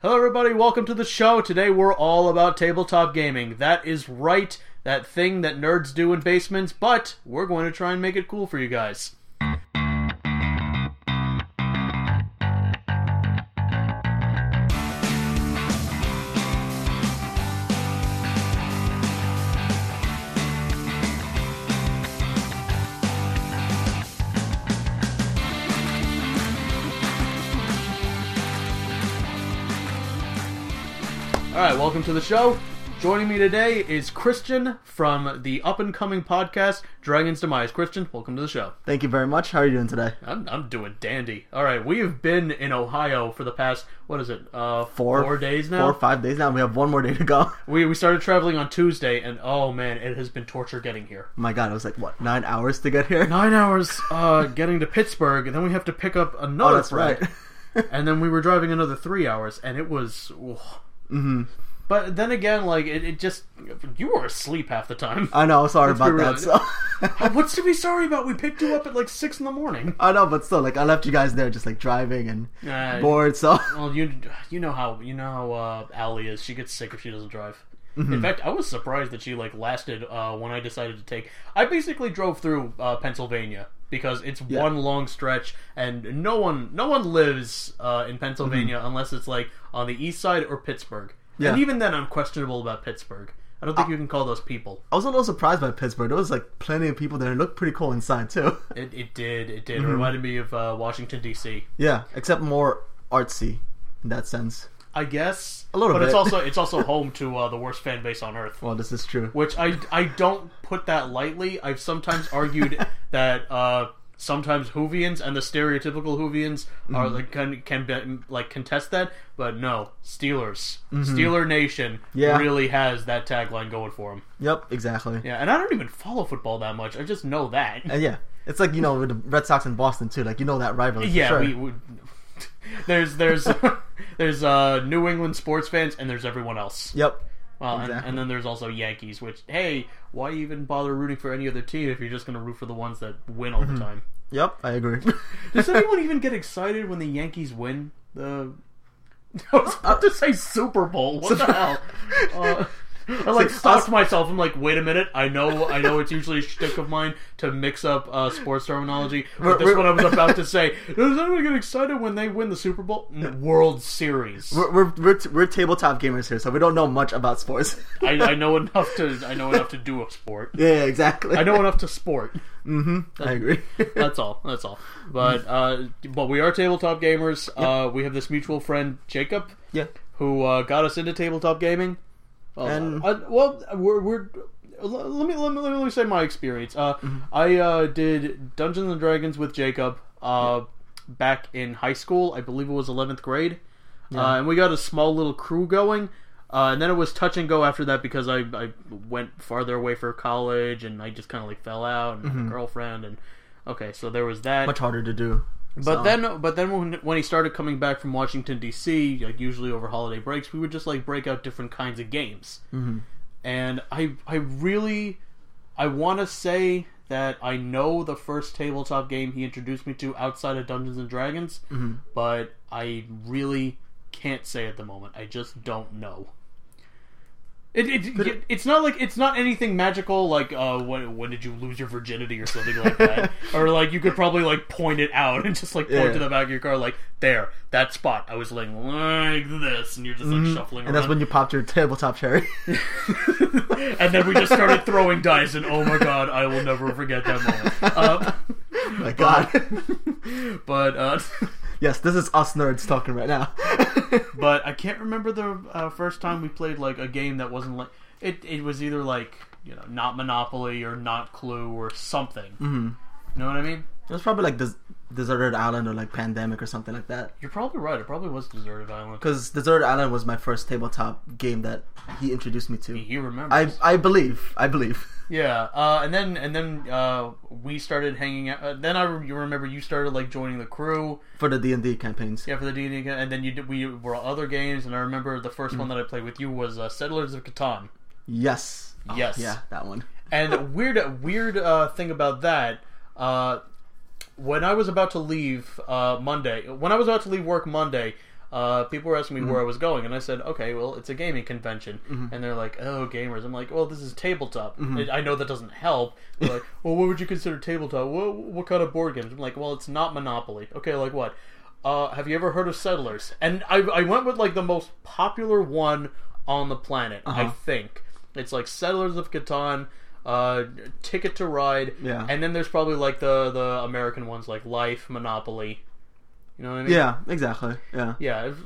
Hello, everybody. Welcome to the show. Today, we're all about tabletop gaming. That is right, that thing that nerds do in basements, but we're going to try and make it cool for you guys. All right, welcome to the show. Joining me today is Christian from the up and coming podcast Dragon's Demise. Christian, welcome to the show. Thank you very much. How are you doing today? I'm, I'm doing dandy. All right, we have been in Ohio for the past, what is it, uh, Four, days now? Four or five days now. We have one more day to go. Oh we, we started traveling on Tuesday, and oh man, it has been torture getting here. Oh my god, it was like, what, nine hours to get here? Nine hours uh, getting to Pittsburgh, and then we have to pick up another oh, that's flight. right. and then we were driving another three hours, and it was. oof. hmm But then again, like it, it just you were asleep half the time. I know, sorry Let's be about that. real. So. What's to be sorry about? We picked you up at like six in the morning. I know, but still, like, I left you guys there just, like, driving and Uh, bored, so. well, you you know how you know how uh, Allie is. She gets sick if she doesn't drive. Mm-hmm. In fact, I was surprised that she like lasted uh, when I decided to take. I basically drove through uh, Pennsylvania because it's Yeah. one long stretch, and no one no one lives uh, in Pennsylvania unless it's like on the east side or Pittsburgh. Mm-hmm. Yeah. And even then, I'm questionable about Pittsburgh. I don't think you can call those people. I was a little surprised by Pittsburgh. There was, like, plenty of people there and it looked pretty cool inside, too. It, it did it Mm-hmm. did. It reminded me of uh, Washington D.C. yeah, except more artsy in that sense. I guess A little but it's bit. also it's also home to uh, the worst fan base on earth. Well, this is true. which I, I don't put that lightly. I've sometimes argued that uh, sometimes Hoovians and the stereotypical Hoovians Mm-hmm. are like can can be, like contest that, but no, Steelers, Steeler Nation Mm-hmm. Yeah. really has that tagline going for them. Yep, exactly. Yeah, and I don't even follow football that much. I just know that. And yeah, it's like, you know, with the Red Sox and Boston, too. Like, you know that rivalry. for yeah, sure. we, we there's there's there's uh, New England sports fans and there's everyone else. Yep. Well, and, Exactly. and then there's also Yankees, which hey, why even bother rooting for any other team if you're just going to root for the ones that win all the time? Yep, I agree. Mm-hmm. Does anyone even get excited when the Yankees win the? I was about to say Super Bowl. What the hell? Uh, I like It's like stopped us- myself. I'm like, wait a minute. I know, I know. It's usually a shtick of mine to mix up uh, sports terminology, but We're- this we're- one I was about to say. Does anyone get excited when they win the Super Bowl? N- World Series. we're, we're, we're, t- we're tabletop gamers here, so we don't know much about sports. I, I know enough to. I know enough to do a sport. yeah, yeah, exactly. I know enough to sport. hmm I agree. That's all. That's all. But uh, but we are tabletop gamers. Uh, we have this mutual friend Jacob yeah. who uh, got us into tabletop gaming. Uh, And- I, well, we're, we're l- let me let me let me say my experience. Uh, I uh, did Dungeons and Dragons with Jacob uh, back in high school. I believe it was eleventh grade, uh, and we got a small little crew going. Uh, and then it was touch and go after that because I, I went farther away for college and I just kind of like fell out and had a girlfriend and okay so there was that Much harder to do. but So, then, but then when when he started coming back from Washington D.C., like usually over holiday breaks, we would just like break out different kinds of games. Mhm. And I, I really, I want to say that I know the first tabletop game he introduced me to outside of Dungeons and Dragons, but I really can't say at the moment. I just don't know. It, it, it- it's not like it's not anything magical like uh when, when did you lose your virginity or something like that or like you could probably like point it out and just like point Yeah. to the back of your car like there that spot I was laying like this and you're just like shuffling Mm-hmm. and around that's when you popped your tabletop cherry. and then we just started throwing dice and oh my god I will never forget that moment uh, Oh my god. but uh, yes, this is us nerds talking right now. but I can't remember the uh, first time we played like a game that wasn't like it it was either like you know not Monopoly or not Clue or something Mhm. you know what I mean. It was probably like Des- Deserted Island or like Pandemic or something like that. You're probably right. It probably was Deserted Island. Because Deserted Island was my first tabletop game that he introduced me to. He remembers. I I believe. I believe. yeah, uh, and then and then uh, we started hanging out. Uh, then I re- you remember you started like joining the crew. For the D and D campaigns. Yeah, for the D and D, and then you did, we were other games. And I remember the 1st one that I played with you was uh, Settlers of Catan. Yes. Oh, Yes. yeah, that one. And a weird weird uh, thing about that. Uh, when I was about to leave uh, Monday, when I was about to leave work Monday, uh, people were asking me where I was going, and I said, okay, well, it's a gaming convention. And they're like, oh, gamers. I'm like, well, this is tabletop. I- I know that doesn't help. They're like, well, what would you consider tabletop? What, what kind of board games? I'm like, well, it's not Monopoly. Okay, like what? Uh, have you ever heard of Settlers? And I, I went with like the most popular one on the planet, I think. It's like Settlers of Catan, uh, Ticket to Ride, Yeah. and then there's probably like the the American ones like Life, Monopoly. You know what I mean? Yeah, exactly. Yeah. Yeah, if-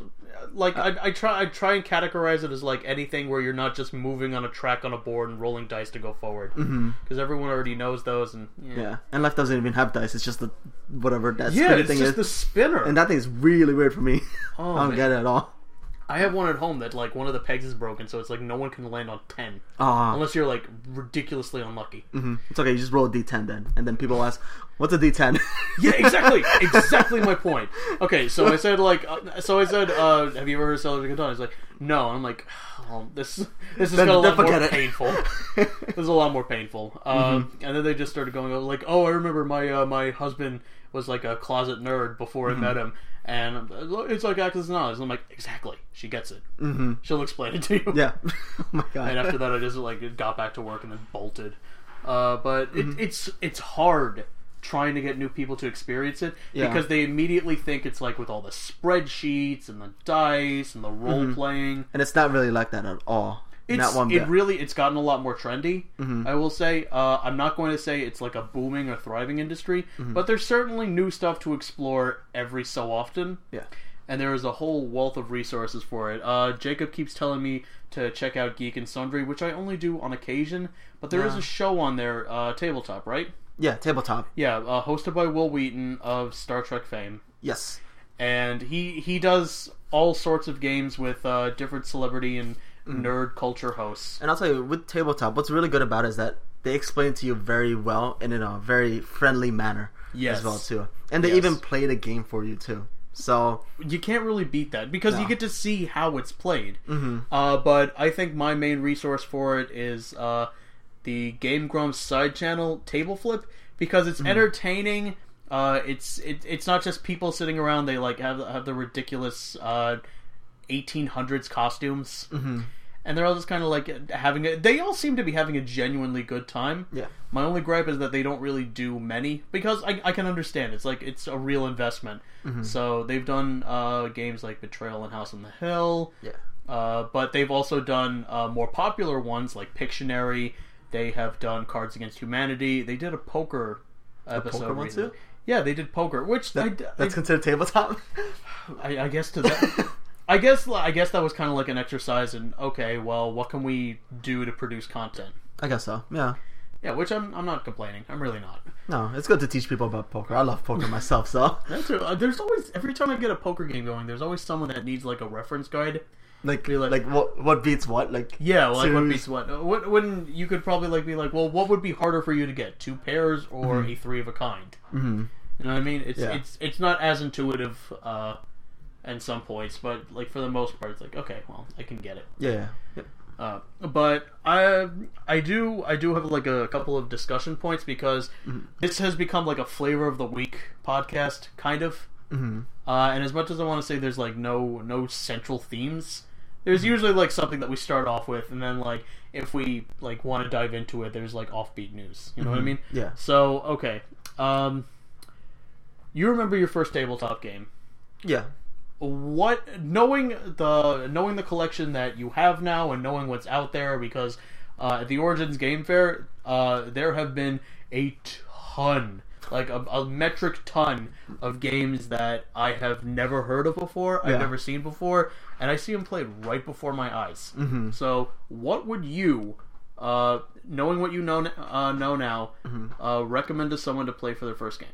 like I, I try I try and categorize it as like anything where you're not just moving on a track on a board and rolling dice to go forward because everyone already knows those and Mm-hmm. yeah, Yeah. And life doesn't even have dice. It's just the whatever that Yeah, spinning it's thing just is. the spinner. And that thing is really weird for me. Oh, I don't man. get it at all. I have one at home that like one of the pegs is broken, so it's like no one can land on ten Ah, unless you're like ridiculously unlucky. mhm. it's okay. You just roll a d10 then, and then people ask, "What's a d10?" Yeah, exactly, exactly my point. Okay, so I said like, uh, so I said, uh, have you ever heard of Celebrity Catan? He's like, no. And I'm like, oh, this this is Then- a lot then more forget it. Mm-hmm. painful. It was a lot more painful. Um, And then they just started going over, like, oh, I remember my uh, my husband was like a closet nerd before I Mm-hmm. met him, and uh, it's like access to knowledge. And I'm like, exactly, she gets it. Mm-hmm. She'll explain it to you. yeah. oh my god. And after that, I just like got back to work and then bolted. Uh, but it, Mm-hmm. it's it's hard trying to get new people to experience it Yeah. because they immediately think it's like with all the spreadsheets and the dice and the role playing. and it's not really like that at all. It's, Mm-hmm. not one it bit. Mm-hmm. really it's gotten a lot more trendy. I will say uh, I'm not going to say it's like a booming or thriving industry, Mm-hmm. but there's certainly new stuff to explore every so often. yeah. And there is a whole wealth of resources for it. Uh, Jacob keeps telling me to check out Geek and Sundry, which I only do on occasion. But there is Yeah. a show on there, uh, Tabletop, right? Yeah. Tabletop. Yeah, uh, hosted by Will Wheaton of Star Trek fame, Yes. and he he does all sorts of games with uh, different celebrity and nerd culture hosts. And I'll tell you, with tabletop, what's really good about it is that they explain it to you very well and in a very friendly manner Yes. as well too. And they Yes. even play the game for you too. So you can't really beat that because you No. Mm-hmm. get to see how it's played. Uh, but I think my main resource for it is uh, the Game Grumps side channel Table Flip because Mm-hmm. it's entertaining. Uh, it's it, it's not just people sitting around. They like have have the ridiculous uh, 1800s costumes, Mm-hmm. and they're all just kind of like uh, having a. They all seem to be having a genuinely good time. yeah, My only gripe is that they don't really do many because I, I can understand it's like it's a real investment. Mm-hmm. So they've done uh, games like Betrayal and House on the Hill, yeah, uh, but they've also done uh, more popular ones like Pictionary. They have done Cards Against Humanity. They did a poker episode. poker one recently. too? Yeah, they did poker, which I, That- that's I- considered tabletop. I, I guess to that. I guess I guess that was kind of like an exercise in okay, well, what can we do to produce content? I guess so. Yeah. Yeah, which I'm I'm not complaining. I'm really not. No, it's good to teach people about poker. I love poker myself, so That's a, uh, there's always every time I get a poker game going, there's always someone that needs like a reference guide. like Be like- like, what what beats what like Yeah, like what Serious. beats what? Uh, What when you could probably like be like, well, what would be harder for you to get, two pairs or a three of a kind? Mm-hmm. You know what I mean? It's Yeah. it's it's not as intuitive uh, at some points, but like for the most part, it's like okay, well, I can get it. yeah, yeah. Yep. Uh, but I I do I do have like a couple of discussion points because this has become like a flavor of the week podcast kind of. Mm-hmm. Uh, and as much as I want to say there's like no no central themes, there's usually like something that we start off with, and then like if we like want to dive into it, there's like offbeat news. You know what I mean? Yeah. So okay, um, you remember your first tabletop game? yeah what knowing the knowing the collection that you have now and knowing what's out there because uh, at the Origins Game Fair uh, there have been a ton like a, a metric ton of games that I have never heard of before Yeah. I've never seen before and I see them played right before my eyes so what would you uh, knowing what you know n- uh, know now uh, recommend to someone to play for their first game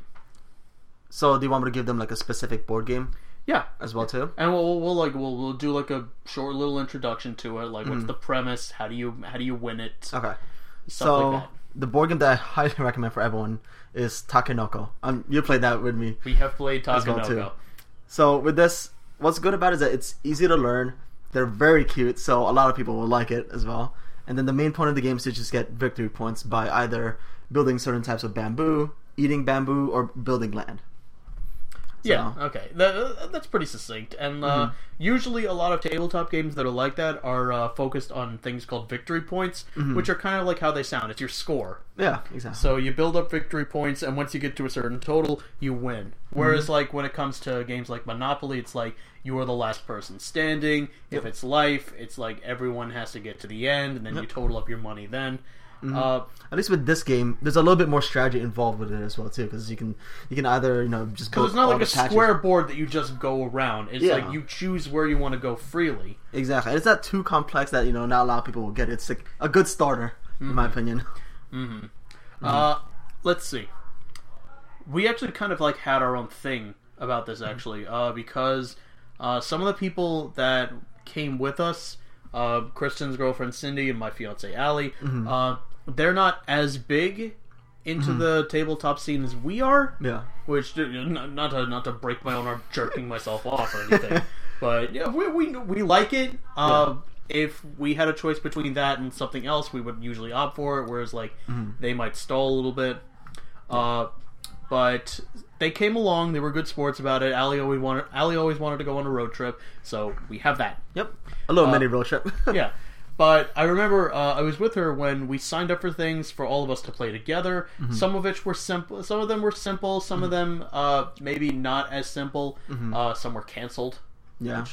So do you want me to give them like a specific board game yeah as well too? and we'll, we'll, we'll like we'll, we'll do like a short little introduction to it like what's the premise how do you how do you win it Mm-hmm. Okay. stuff so like that the board game that I highly recommend for everyone is Takenoko. Um, you played that with me. we have played well, Takanoko. too. So with this, what's good about it is that it's easy to learn. They're very cute, so a lot of people will like it as well. And then the main point of the game is to just get victory points by either building certain types of bamboo, eating bamboo, or building land. Yeah. Okay. That, that's pretty succinct. And uh, Mm-hmm. usually, a lot of tabletop games that are like that are uh, focused on things called victory points, Mm-hmm. which are kind of like how they sound. It's your score. Yeah, exactly. So you build up victory points, and once you get to a certain total, you win. Whereas, like when it comes to games like Monopoly, it's like you are the last person standing. If it's life, it's like everyone has to get to the end, and then you total up your money. Then, uh, At least with this game, there's a little bit more strategy involved with it as well too, because you can you can either you know just so build it's not all like the a patches. square board that you just go around. It's Yeah. like you choose where you want to go freely. Exactly, it's not too complex that you know not a lot of people will get it. It's like a good starter, in Mm-hmm. my opinion. Uh, let's see. We actually kind of like had our own thing about this actually, uh, because uh, some of the people that came with us, uh, Kristen's girlfriend Cindy and my fiance Allie, uh, they're not as big into the tabletop scene as we are. Yeah, Which not not to not to break my own arm jerking myself off or anything, but yeah, we we we like it. Uh, If we had a choice between that and something else, we would usually opt for it. Whereas like they might stall a little bit. Uh, but they came along. They were good sports about it. Ali always wanted Ali always wanted to go on a road trip, so we have that. yep, a little mini road trip. Uh, Yeah. But I remember uh, I was with her when we signed up for things for all of us to play together. Some of which were simple. Some of them were simple. Some of them uh, maybe not as simple. Uh, some were canceled. yeah,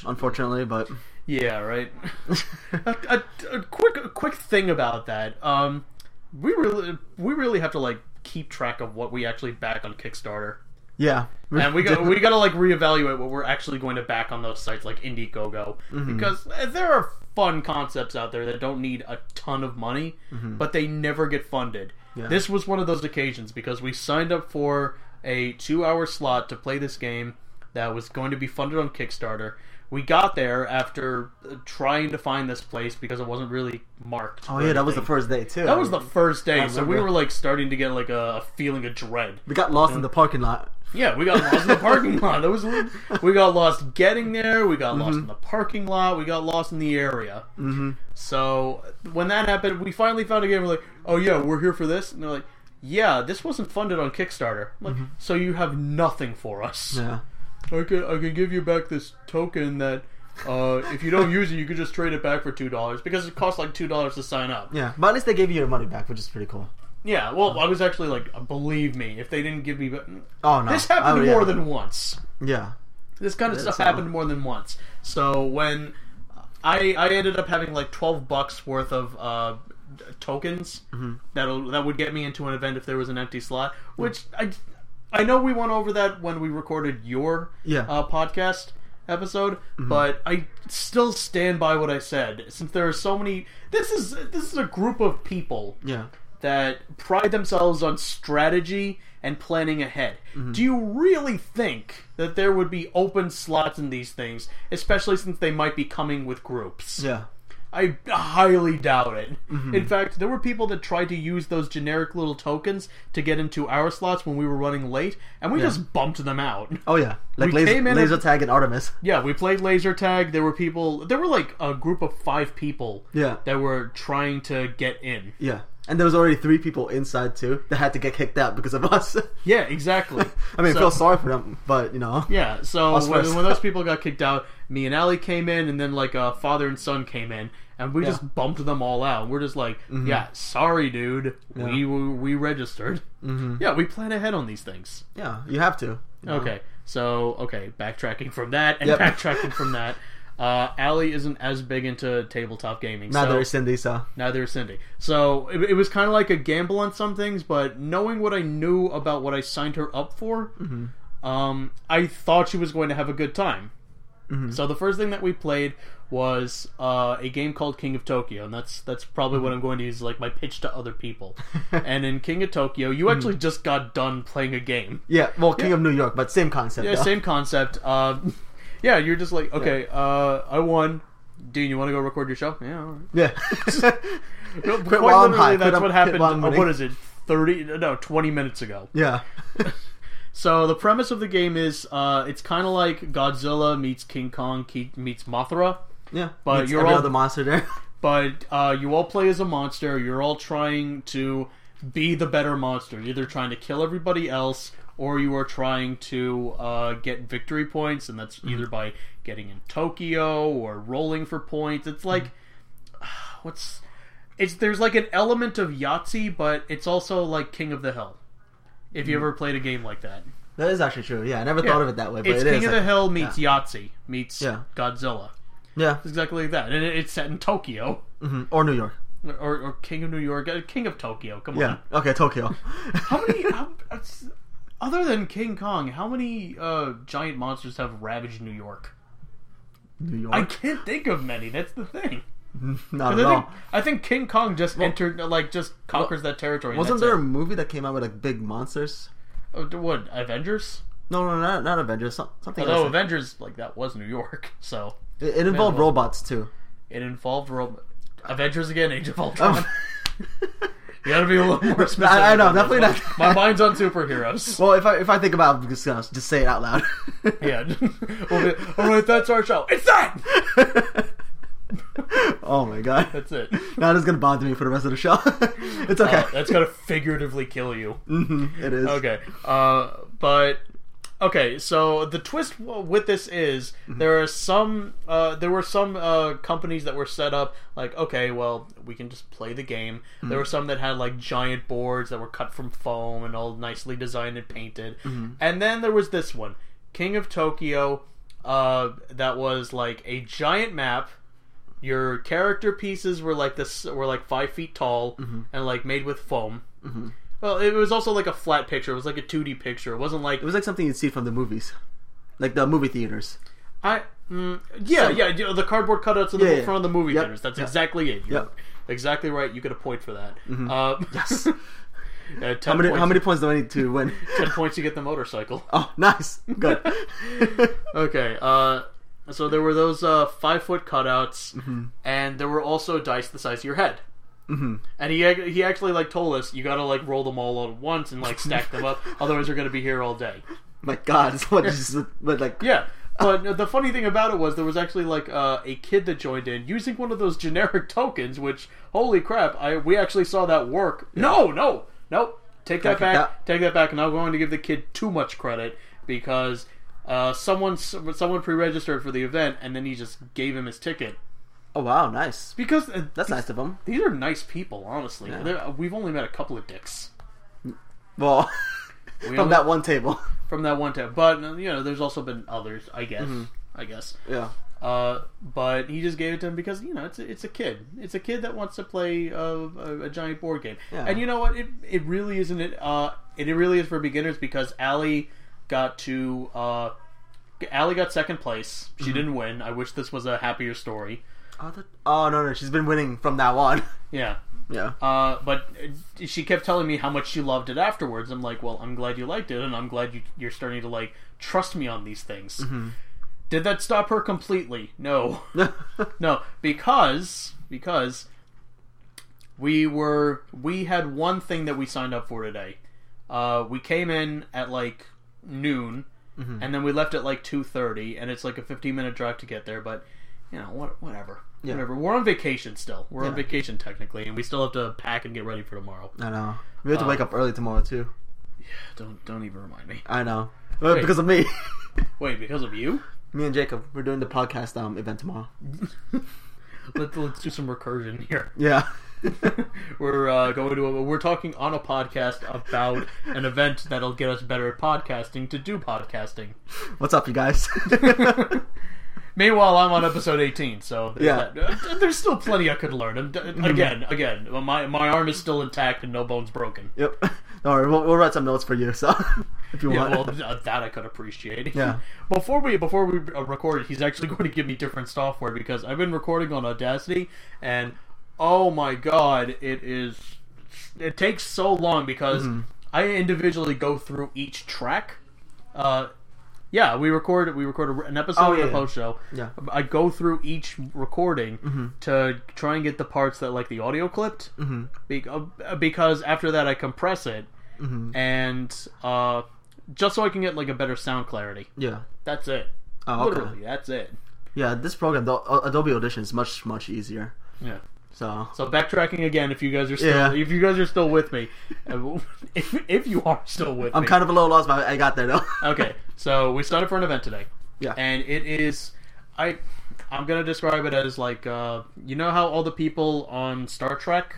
unfortunately, but Yeah, right. a, a- a quick, a quick thing about that. Um, we really, we really have to like keep track of what we actually back on Kickstarter, yeah, and we got we got to like reevaluate what we're actually going to back on those sites like Indiegogo Mm-hmm. because uh, there are fun concepts out there that don't need a ton of money, but they never get funded. Mm-hmm. Yeah. This was one of those occasions because we signed up for a two-hour slot to play this game that was going to be funded on Kickstarter. We got there after uh, trying to find this place because it wasn't really marked. oh for yeah, that was the anything. first day too. That was the first day, so we remember. were like starting to get like a, a feeling of dread. we got lost in the parking lot. Yeah, we got lost in the parking lot. That was we got lost getting there. We got Mm-hmm. lost in the parking lot. We got lost in the area. Mm-hmm. So when that happened, we finally found a game. We're like, oh yeah, we're here for this, and they're like, yeah, this wasn't funded on Kickstarter. I'm like, so you have nothing for us. Mm-hmm. Yeah, I can I can give you back this token that. Uh, if you don't use it, you can just trade it back for two dollars because it costs like two dollars to sign up. yeah, but at least they gave you your money back, which is pretty cool. Yeah, well, I was actually like, believe me, if they didn't give me, Oh no, this happened oh, yeah. more than once. yeah. This kind of stuff so- happened more than once. So when I I ended up having like twelve bucks worth of uh, d- tokens that'll that would get me into an event if there was an empty slot, which I I know we went over that when we recorded your Yeah. uh, podcast episode, but I still stand by what I said since there are so many. This is this is a group of people Yeah. that pride themselves on strategy and planning ahead. Mm-hmm. Do you really think that there would be open slots in these things, especially since they might be coming with groups? Yeah. Mm-hmm. I highly doubt it. In fact, there were people that tried to use those generic little tokens to get into our slots when we were running late, and we just bumped them out. Oh yeah. Like We laser, came in laser and- tag and Artemis. Yeah, we played laser tag. There were people. There were like a group of five people Yeah. that were trying to get in. Yeah. And there was already three people inside too that had to get kicked out because of us. Yeah, exactly. I mean, So- I feel sorry for them, but you know. Yeah, so when, first. when those people got kicked out, me and Allie came in, and then like uh, father and son came in, and we just bumped them all out. We're just like, Mm-hmm. yeah, sorry, dude, we we, we registered. Mm-hmm. Yeah, we plan ahead on these things. Yeah, you have to. you know. Okay, so okay, backtracking from that and Yep. backtracking from that. Uh, Allie isn't as big into tabletop gaming. Now so- there is Cindy, so Neither is Cindy. So it, it was kind of like a gamble on some things, but knowing what I knew about what I signed her up for, um, I thought she was going to have a good time. So the first thing that we played was uh, a game called King of Tokyo, and that's that's probably what I'm going to use like my pitch to other people. and in King of Tokyo, you actually just got done playing a game. yeah. Well, King of New York, but same concept. Yeah, though. same concept. Uh, yeah, you're just like, okay, uh, I won. Dean, you want to go record your show? Yeah. All right. Yeah. No, Quit quite while I'm literally, high. that's Quit what up- happened. quit while I'm uh, what winning. is it? Thirty? No, twenty minutes ago. yeah. So the premise of the game is, uh, it's kind of like Godzilla meets King Kong ke- meets Mothra, Yeah. But It's you're every all- other monster there. but uh, you all play as a monster. You're all trying to be the better monster. You're either trying to kill everybody else or you are trying to uh, get victory points, and that's Mm-hmm. either by getting in Tokyo or rolling for points. It's like what's it's there's like an element of Yahtzee, but it's also like King of the Hill. If Mm-hmm. you ever played a game like that, That is actually true. Yeah, I never thought of it that way, but it's it King is, of like- the Hill meets Yahtzee meets Yeah. Godzilla. yeah, It's exactly like that, and it, it's set in Tokyo mhm, or New York. or, or King of New York, uh, King of Tokyo. Come Yeah. on, Okay, Tokyo. how many? how, it's- other than King Kong, how many uh, giant monsters have ravaged New York? New York. I can't think of many. That's the thing. Not 'Cause at I all. think, I think King Kong just entered, uh, like, just conquers that territory. and Wasn't that's there a movie that came out with like big monsters? it. Oh, what Avengers? No, no, not, not Avengers. Some, something Although else. Avengers, like that, was New York, so it, it involved Marvel. robots too. it involved Rome. Avengers again, Age Oh. of Ultron. you gotta be a little more specific. I, I know, on this definitely one. not. My mind's on superheroes. Well, if I if I think about it, just, gonna just say it out loud. yeah. We'll be- All right, that's our show. It's that. oh my god. That's it. Now this is gonna bother me for the rest of the show. it's okay. Uh, that's gonna figuratively kill you. Mhm, it is. Okay. Uh, but okay. So the twist w- with this is there are some uh, there were some uh, companies that were set up like okay, well we can just play the game. There were some that had like giant boards that were cut from foam and all nicely designed and painted. And then there was this one, King of Tokyo, uh, that was like a giant map. Your character pieces were like this were like five feet tall Mm-hmm. and like made with foam. Well, it was also like a flat picture. It was like a 2D picture. It wasn't like It was like something you'd see from the movies, like the movie theaters. I. Mm, yeah, yeah, you know, the cardboard cutouts in the Yeah, yeah. front of the movie Yep, theaters. That's yep. exactly it. You're Yep. exactly right. You get a point for that. Uh, Mm-hmm. Yes. uh, 10 How many points, how many points do I need to win? Ten points. You get the motorcycle. Oh, nice. Good. Okay. Uh, so there were those uh, five foot cutouts, and there were also dice the size of your head. Mhm. And he ac- he actually like told us you gotta like roll them all at once and like stack them up, otherwise you're gonna be here all day. my God, it's what just but like Yeah. But the funny thing about it was there was actually like uh, a kid that joined in using one of those generic tokens, which holy crap! I we actually saw that work. No, no, nope. Take that Back back. it up. Take that back. And I'm going to give the kid too much credit because uh, someone someone pre-registered for the event, and then he just gave him his ticket Oh wow, nice. because uh, That's nice of them. these are nice people. Honestly, Yeah. They're- we've only met a couple of dicks. Well, We from only- that one table. from that one time, but you know, there's also been others. I guess. Mm-hmm. I guess. Yeah. Uh, but he just gave it to him because you know it's a, it's a kid. It's a kid that wants to play a, a, a giant board game. Yeah. And you know what? It it really isn't it. Uh, it, it really is for beginners because Allie got to uh, Allie got second place. She didn't win. I wish this was a happier story. Oh, that... oh no no, she's been winning from now on. Yeah. Yeah. Uh, but uh, she kept telling me how much she loved it afterwards. I'm like, well, I'm glad you liked it, and I'm glad you, you're starting to like trust me on these things. Did that stop her completely? No. No, because because we were we had one thing that we signed up for today. Uh, we came in at like noon, and then we left at like two thirty, and it's like a fifteen minute drive to get there. But you know, what, whatever, Yeah. whatever. We're on vacation still. We're on Yeah. vacation technically, and we still have to pack and get ready for tomorrow. I know. We Uh. have to wake up early tomorrow too. Don't don't even remind me. I know. Well, Wait. Because of me. Wait, because of you? me and Jacob, we're doing the podcast um event tomorrow. Let's let's do some recursion here. Yeah. we're uh, going to a, we're talking on a podcast about an event that'll get us better at podcasting to do podcasting. What's up, you guys? Meanwhile, I'm on episode 18, so there's Yeah. that. there's still plenty I could learn. I'm, d- again, again, my my arm is still intact and no bones broken. yep. Don't worry, we'll, we'll write some notes for you. So if you Yeah, well, want. th- uh, that I could appreciate. Yeah. Before we before we uh, recorded, he's actually going to give me different software because I've been recording on Audacity, and oh my god, it is it takes so long because Mm-hmm. I individually go through each track. Uh, yeah, we record we record an episode Oh, and yeah, a yeah. post show. Yeah. Mm-hmm. I go through each recording to try and get the parts that like the audio clipped Be- uh, because after that I compress it Mm-hmm. and uh, just so I can get like a better sound clarity. yeah. That's it. Oh, okay. Literally, that's it. uh, Yeah, this program, the Adobe Audition, is much much easier. Yeah. So So backtracking again, if you guys are still Yeah. if you guys are still with me, Uh, if, if you are still with I'm me, kind of a little lost, but I got there though. okay. So we started for an event today. Yeah. and it is I I'm gonna describe it as like uh, you know how all the people on Star Trek.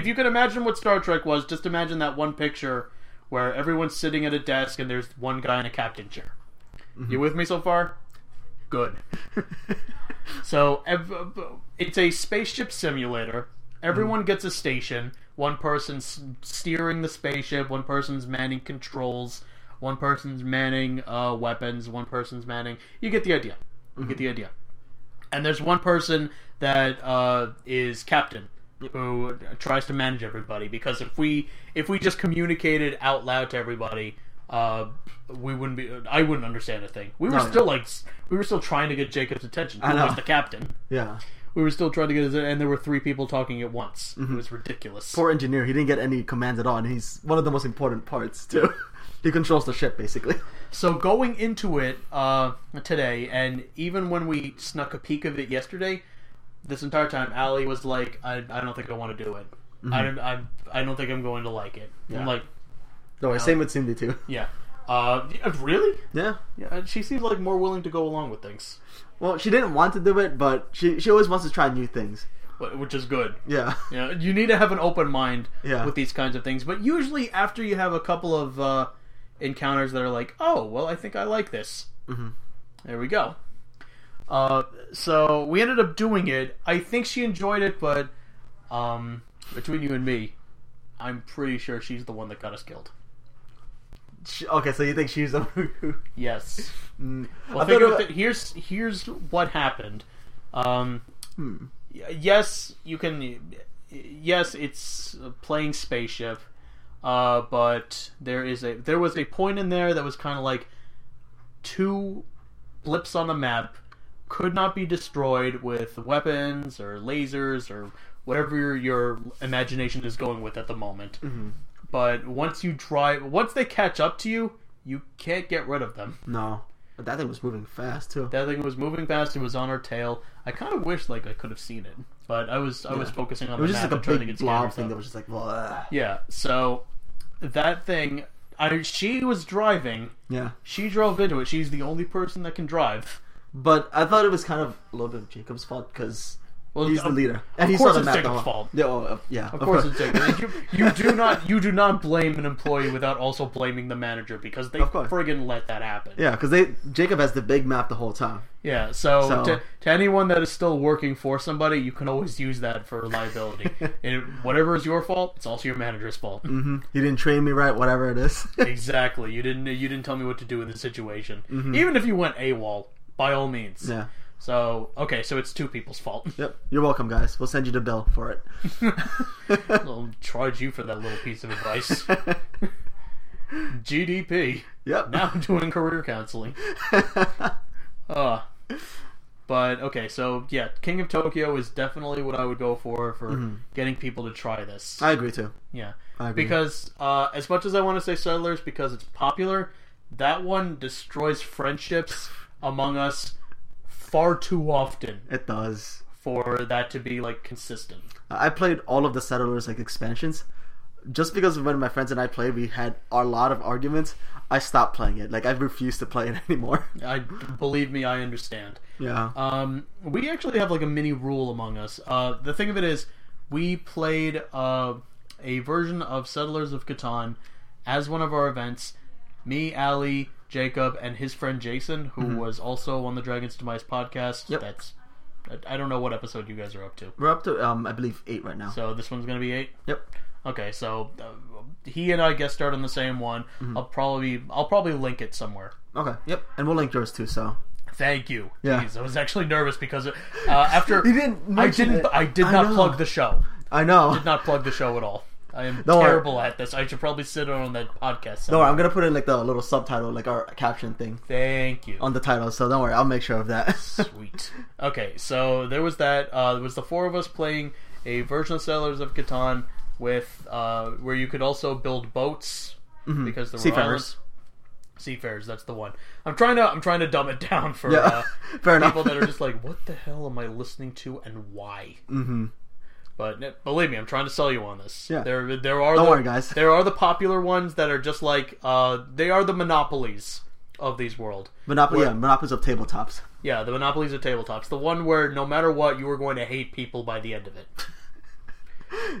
If you could imagine what Star Trek was, just imagine that one picture where everyone's sitting at a desk and there's one guy in a captain chair. You with me so far? Good. So ev- it's a spaceship simulator. Everyone gets a station. One person's steering the spaceship. One person's manning controls. One person's manning uh, weapons. One person's manning. You get the idea. You get the Mm-hmm. idea. And there's one person that uh, is captain who tries to manage everybody because if we if we just communicated out loud to everybody, uh, we wouldn't be. I wouldn't understand a thing. We were No, no. still like s- we were still trying to get Jacob's attention. Who I know. was the captain? yeah. We were still trying to get his, and there were three people talking at once. It was ridiculous. Mm-hmm. Poor engineer. He didn't get any commands at all, and he's one of the most important parts too. he controls the ship basically. So going into it uh, today, and even when we snuck a peek of it yesterday, this entire time Allie was like, "I, I don't think I want to do it. I don't I, I don't think I'm going to like it." Mm-hmm. Yeah. I'm like, No, same with Cindy too. "Yeah, uh, really? Yeah. Yeah." She seemed like more willing to go along with things, Well, she didn't want to do it, but she she always wants to try new things. wh- which is good. Yeah. You, know, you need to have an open mind Yeah. with these kinds of things. But usually, after you have a couple of uh, encounters that are like, oh, well, I think I like this. Mhm. There we go. Uh, so we ended up doing it. I think she enjoyed it, but um, between you and me, I'm pretty sure she's the one that got us killed. She, okay, so you think she's the one who? Yes. Mm. Well, I thought figure about- that here's here's what happened. Um, Hmm. y- yes, you can. Yes, it's uh, playing spaceship, uh, but there is a there was a point in there that was kind of like two blips on the map could not be destroyed with weapons or lasers or whatever your, your imagination is going with at the moment. But once you drive, once they catch up to you, you can't get rid of them. No, but that thing was moving fast too. That thing was moving fast. It was on our tail. I kind of wish like I could have seen it, but I was I was Yeah. focusing on It was the just map like and trying a to get big scanners blob thing up. that was just like, Bleh. Yeah. So that thing, I she was driving. yeah. She drove into it. She's the only person that can drive. But I thought it was kind of a little bit of Jacob's fault because Well, he's the of- leader, of and he course saw the it's map. the Jacob's whole- fault. Yeah, oh, uh, yeah, Of course, it's Jacob. You, you do not you do not blame an employee without also blaming the manager because they Of course. friggin' let that happen. yeah, because they Jacob has the big map the whole time. Yeah, so, So- To, to anyone that is still working for somebody, you can always use that for liability. and whatever is your fault, it's also your manager's fault. Mm-hmm. He didn't train me right, whatever it is. exactly. You didn't you didn't tell me what to do in the situation. Even if you went AWOL, by all means. yeah. So okay, so it's two people's fault. Yep. You're welcome, guys. We'll send you the bill for it. I'll charge you for that little piece of advice. GDP. yep. Now I'm doing career counseling. Uh, but okay, so yeah, King of Tokyo is definitely what I would go for for getting people to try this. I agree too. yeah, I agree. because uh, as much as I want to say Settlers because it's popular, that one destroys friendships among us far too often it does. for that to be like consistent. I played all of the Settlers like expansions. Just because when my friends and I played, we had a lot of arguments. I stopped playing it. Like I refused to play it anymore. Uh, I believe me, I understand. Yeah. Um, we actually have like a mini rule among us. Uh, the thing of it is, we played uh, a version of Settlers of Catan as one of our events. Me, Ali, Jacob, and his friend Jason, who was also on the Dragons to Mice podcast. Mm-hmm. Yep. That's I- I don't know what episode you guys are up to. We're up to um, I believe eight right now. So this one's gonna be eight. yep. Okay, so uh, he and I guest starred on the same one. Mm-hmm. I'll probably I'll probably link it somewhere. Okay. Yep. And we'll link yours too. So Thank you. Yeah. Jeez, I was actually nervous because uh, after You didn't I mention didn't. it. I did I not know. plug the show. I know. Did not plug the show at all. I am Don't worry. terrible at this. I should probably sit on that podcast. Don't worry, I'm gonna put in like the little subtitle, like our caption thing Thank you. on the title. So don't worry, I'll make sure of that. Sweet. Okay, so there was that. Uh, there was the four of us playing a version of Settlers of Catan with uh, where you could also build boats because there were Mm-hmm. Seafarers. islands. Seafarers, that's the one. I'm trying to. I'm trying to dumb it down for Yeah. uh, Fair enough. people that are just like, "What the hell am I listening to, and why?" mm-hmm. But n- believe me, I'm trying to sell you on this. Yeah. There, there are Don't the, worry, guys. There are the popular ones that are just like uh, they are the monopolies of these world. Monopoly, Where- yeah, monopolies of tabletops. Yeah, the monopolies of tabletops. The one where no matter what, you are going to hate people by the end of it.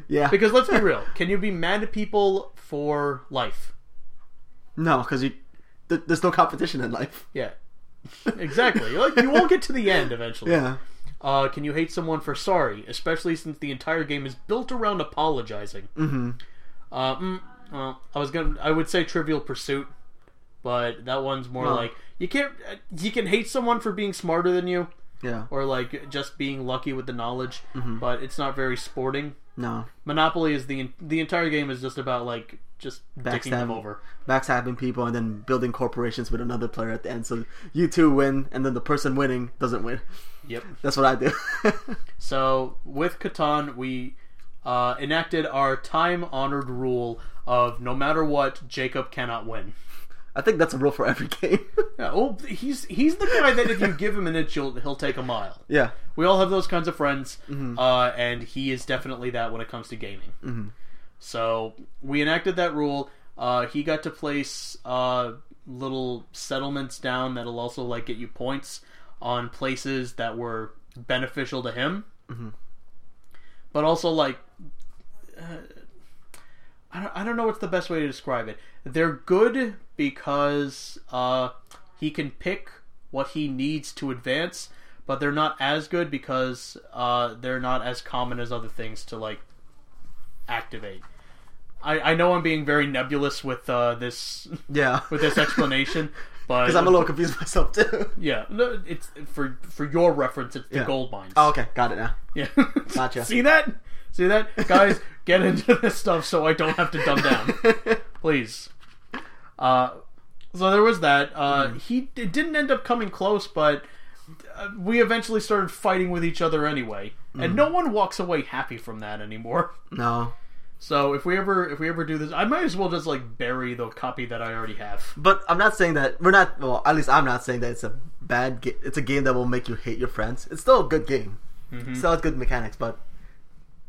Yeah, Because let's be real, can you be mad at people for life? no, because you th- there's no competition in life. Yeah, exactly. like you won't get to the end eventually. Yeah, Uh, can you hate someone for sorry, especially since the entire game is built around apologizing? mm-hmm. Uh, mm, uh, I was gonna, I would say Trivial Pursuit, but that one's more Well- like you can't, uh, you can hate someone for being smarter than you yeah, or like just being lucky with the knowledge, but it's not very sporting. no, Monopoly is the the entire game is just about like just dicking them Backstabbing. over. backstabbing people and then building corporations with another player at the end. So you two win, and then the person winning doesn't win. Yep. That's what I do. So with Catan, we uh, enacted our time honored rule of no matter what, Jacob cannot win. I think that's a rule for every game. Yeah, oh, he's he's the guy that if you give him an inch, he'll, he'll take a mile. yeah, we all have those kinds of friends, uh, and he is definitely that when it comes to gaming. So we enacted that rule. Uh, he got to place uh, little settlements down that'll also like get you points on places that were beneficial to him, but also like. Uh, I don't, I don't know what's the best way to describe it. They're good because uh, he can pick what he needs to advance, but they're not as good because uh, they're not as common as other things to like activate. I, I know I'm being very nebulous with uh, this yeah. with this explanation, but because I'm a little confused myself too. yeah, no, it's for for your reference. It's the Yeah. gold mines. Oh, okay, got it now. Yeah. Gotcha. See that? See that? Guys, get into this stuff so I don't have to dumb down. Please. Uh, so there was that. Uh, He it didn't end up coming close, but uh, we eventually started fighting with each other anyway, and no one walks away happy from that anymore. no, So if we ever if we ever do this, I might as well just like bury the copy that I already have. But I'm not saying that we're not. Well, at least I'm not saying that it's a bad. Ga- it's a game that will make you hate your friends. It's still a good game. Mm-hmm. It Still has good mechanics, but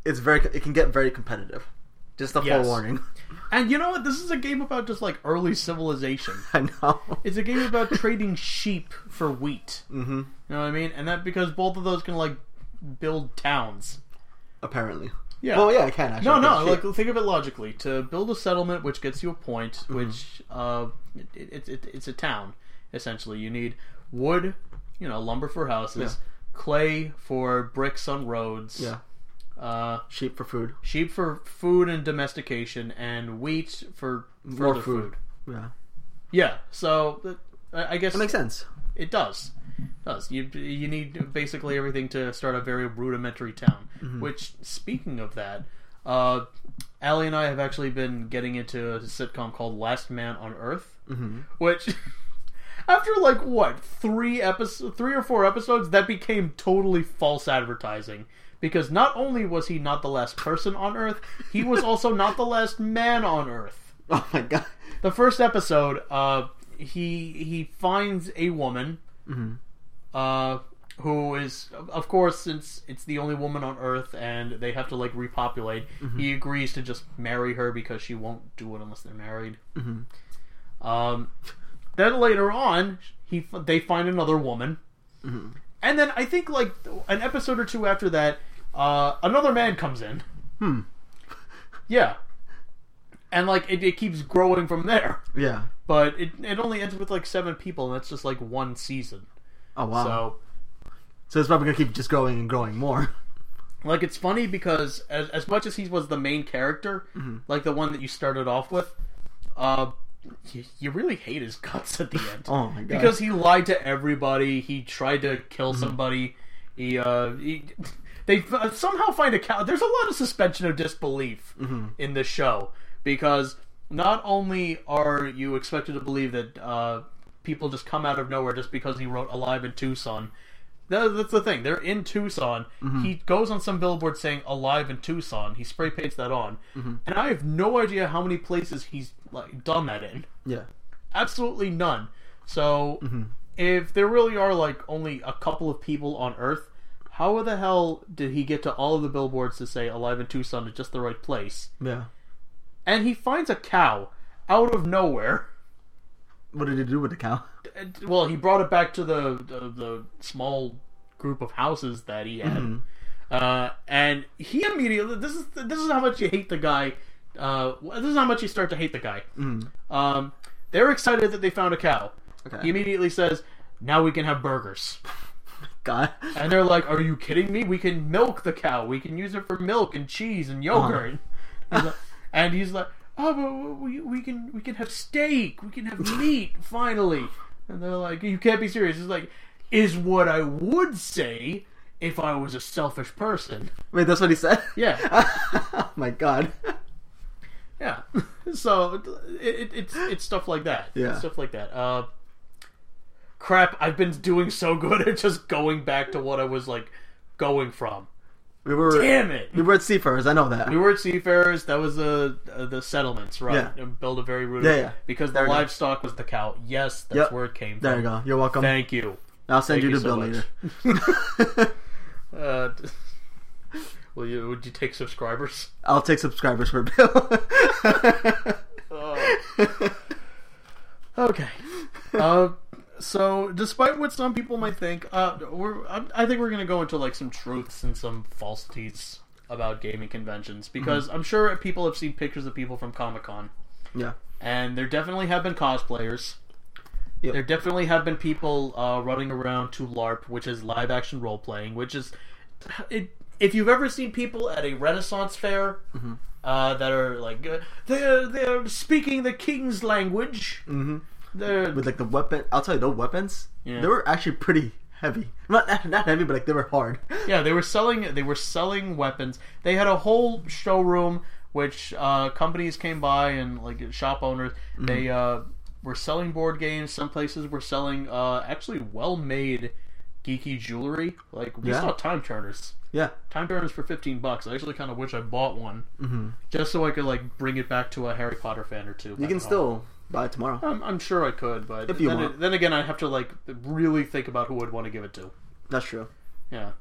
it's very. It can get very competitive. Just a Yes. forewarning. And you know what? This is a game about just like early civilization. I know. It's a game about trading sheep for wheat. hmm You know what I mean? And that because both of those can like build towns. Apparently. Yeah. Well, yeah, I can actually. No, no. Shit. Like, think of it logically. To build a settlement, which gets you a point, Mm-hmm. which uh, it, it, it, it's a town essentially. You need wood, you know, lumber for houses, clay for bricks on roads, yeah, uh, sheep for food. sheep for food and domestication, and wheat for further food. food. Yeah, Yeah. So th- I I guess it makes sense. it does. It does. You you need basically everything to start a very rudimentary town. Which speaking of that, uh Allie and I have actually been getting into a sitcom called Last Man on Earth, hmm which after like what, 3 episodes, 3 or 4 episodes that became totally false advertising because not only was he not the last person on Earth, he was also not the last man on Earth Oh my god. the first episode, uh, he he finds a woman, uh, who is of course since it's the only woman on Earth and they have to like repopulate. He agrees to just marry her because she won't do it unless they're married. Mhm. Um, then later on, he they find another woman, and then I think like an episode or two after that, uh, another man comes in. Hmm. Yeah. And like it, it keeps growing from there Yeah. but it, it only ends with like seven people, and that's just like one season. Oh wow. So, So, it's probably gonna keep just growing and growing more. like, it's funny because as, as much as he was the main character, Mm-hmm. like the one that you started off with, uh, you, you really hate his guts at the end Oh my god. because he lied to everybody. He tried to kill somebody. He, uh, he they f- somehow find a cow. There's a lot of suspension of disbelief in this show because not only are you expected to believe that uh, people just come out of nowhere just because he wrote "Alive in Tucson." Tha- That's the thing. They're in Tucson. He goes on some billboard saying "Alive in Tucson." He spray paints that on, and I have no idea how many places he's like done that in yeah. absolutely none. So if there really are like only a couple of people on Earth, How the hell did he get to all of the billboards to say "Alive in Tucson" at just the right place? Yeah. And he finds a cow out of nowhere. What did he do with the cow? And- uh, Well, he brought it back to the the, the small group of houses that he had, uh, and he immediately this is this is how much you hate the guy. Uh, this is how much you start to hate the guy. Mm. Um, they're excited that they found a cow. Okay. He immediately says, "Now we can have burgers." God. And they're like, "Are you kidding me? We can milk the cow. We can use it for milk and cheese and yogurt." He's like- and he's like, "Oh, but we, we can we can have steak. We can have meat finally." And they're like, "You can't be serious." He's like, "Is what I would say if I was a selfish person." Wait, that's what he said. Yeah, oh my God. yeah. So it, it, it's it's stuff like that. Yeah. It's stuff like that. Uh, crap! I've been doing so good at just going back to what I was like going from. We were Damn it! we were at Seafarers. I know that. We were at Seafarers. That was the uh, the settlements, right? Yeah. And build a very rude. Yeah, yeah. Because There the we go. livestock was the cow. Yes, that's Yep. where it came there from. you go. You're welcome. Thank you. I'll send Thank you you the bill so much. later. Uh, will you? Would you take subscribers? I'll take subscribers for a bill. Uh. Okay. uh, so, despite what some people might think, uh, we're, I, I think we're going to go into like some truths and some falsities about gaming conventions because Mm-hmm. I'm sure people have seen pictures of people from Comic Con, yeah. and there definitely have been cosplayers. Yep. There definitely have been people uh, running around to LARP, which is live action role playing, which is it. If you've ever seen people at a Renaissance fair Mm-hmm. uh, that are like uh, they're they're speaking the king's language, Mm-hmm. they're With like the weapon, I'll tell you, the weapons. Yeah. They were actually pretty heavy. Not not heavy, but like they were hard. Yeah, they were selling. They were selling weapons. They had a whole showroom, which uh, companies came by and like shop owners. Mm-hmm. They uh, were selling board games. Some places were selling uh, actually well-made geeky jewelry. Like we Yeah. saw time turners. Yeah. Time turners for fifteen bucks. I actually kind of wish I bought one Mm-hmm. just so I could like bring it back to a Harry Potter fan or two. You can still buy it tomorrow. I'm, I'm sure I could, but If you then, want. then again, I have to like really think about who I'd want to give it to. That's true. Yeah.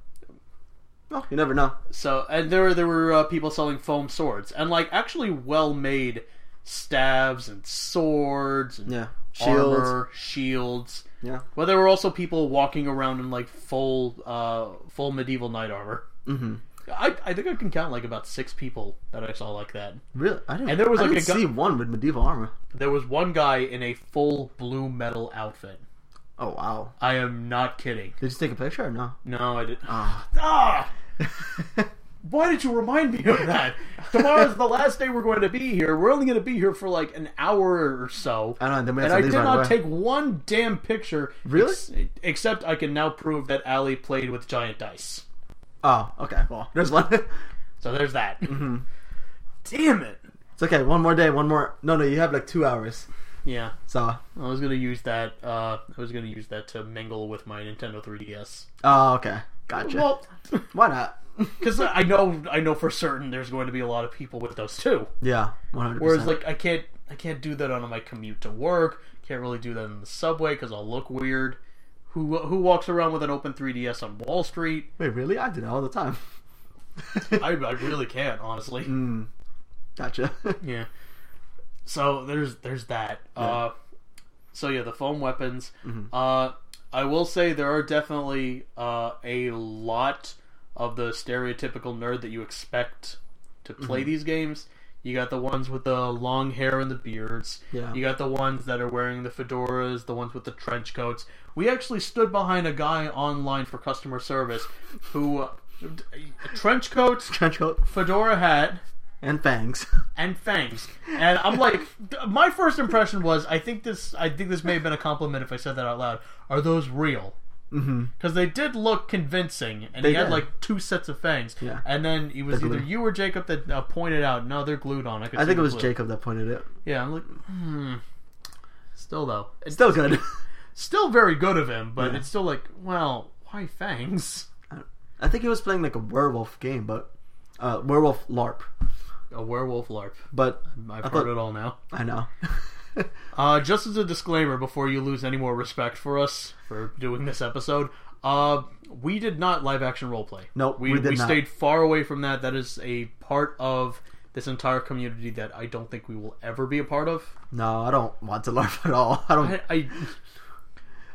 Well, you never know. So and there were there were uh, people selling foam swords and like actually well made staves and swords and Yeah. Shields. armor shields. Yeah. Well, there were also people walking around in like full uh, full medieval knight armor. Mm-hmm. I, I think I can count like about six people that I saw like that. Really? I didn't. And there was, I like, didn't a gu- see one with medieval armor. There was one guy in a full blue metal outfit. Oh wow! I am not kidding. Did you take a picture or no? No, I didn't. Ah. Ah! Why did you remind me of that? Tomorrow's the last day we're going to be here. We're only going to be here for like an hour or so. I don't know. Then we And have to I leave did right not away. take one damn picture. Really? except I can now prove that Allie played with giant dice. Oh, okay. Well, there's one. it's So there's that. Damn it. okay. One more day. One more. No, no. You have like two hours. Yeah, So. I was gonna use that. Uh, I was gonna use that to mingle with my Nintendo 3DS. Oh, okay. Gotcha. Well, Why not? because I know, I know for certain there's going to be a lot of people with those too. Yeah. One hundred. Whereas like I can't I can't do that on my commute to work. Can't really do that in the subway because I'll look weird. Who who walks around with an open 3ds on Wall Street? wait, really? I do that all the time. I, I really can't honestly. Mm. Gotcha. Yeah. So there's there's that. Uh, so yeah, the foam weapons. Uh, I will say there are definitely uh, a lot of the stereotypical nerd that you expect to play these games. You got the ones with the long hair and the beards. Yeah. You got the ones that are wearing the fedoras, the ones with the trench coats. We actually stood behind a guy online for customer service who uh, d- trench coat, Trench coat fedora hat, and fangs. and fangs. And I'm like, th- my first impression was, I think this, I think this may have been a compliment if I said that out loud. Are those real? Mm-hmm. Because they did look convincing, and They he had did. like two sets of fangs. Yeah. And then it was They're either glued. you or Jacob that uh, pointed out, no, they're glued on. I, could I see think it the was glue. Jacob that pointed it. Yeah, I'm like, hmm. Still though, it's Still good. still very good of him, but Yeah. it's still like, well, why fangs? I think he was playing like a werewolf game, but uh, werewolf LARP. A werewolf LARP. But I've I heard thought- it all now. I know. Uh, just as a disclaimer, before you lose any more respect for us for doing this episode, Uh, we did not live action role play. No, we we did we not. stayed far away from that. That is a part of this entire community that I don't think we will ever be a part of. No, I don't want to learn at all. I don't. I, I,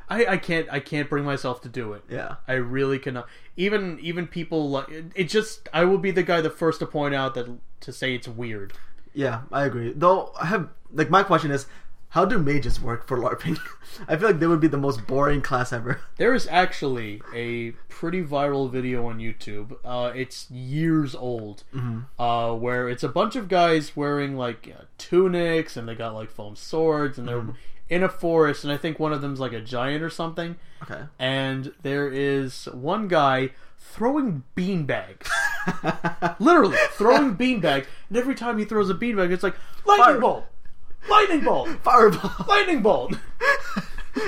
I, I can't. I can't bring myself to do it. yeah. I really cannot. Even even people like it, it. Just I will be the guy the first to point out that to say it's weird. Yeah, I agree. Though I have like my question is, how do mages work for LARPing? I feel like they would be the most boring class ever. There is actually a pretty viral video on YouTube. Uh, it's years old, Mm-hmm. uh, where it's a bunch of guys wearing like uh, tunics and they got like foam swords and they're Mm-hmm. in a forest. And I think one of them's like a giant or something. Okay. And there is one guy throwing beanbags, literally throwing beanbags. And every time he throws a beanbag, it's like lightning Fire. bolt, lightning bolt, Fireball. lightning bolt.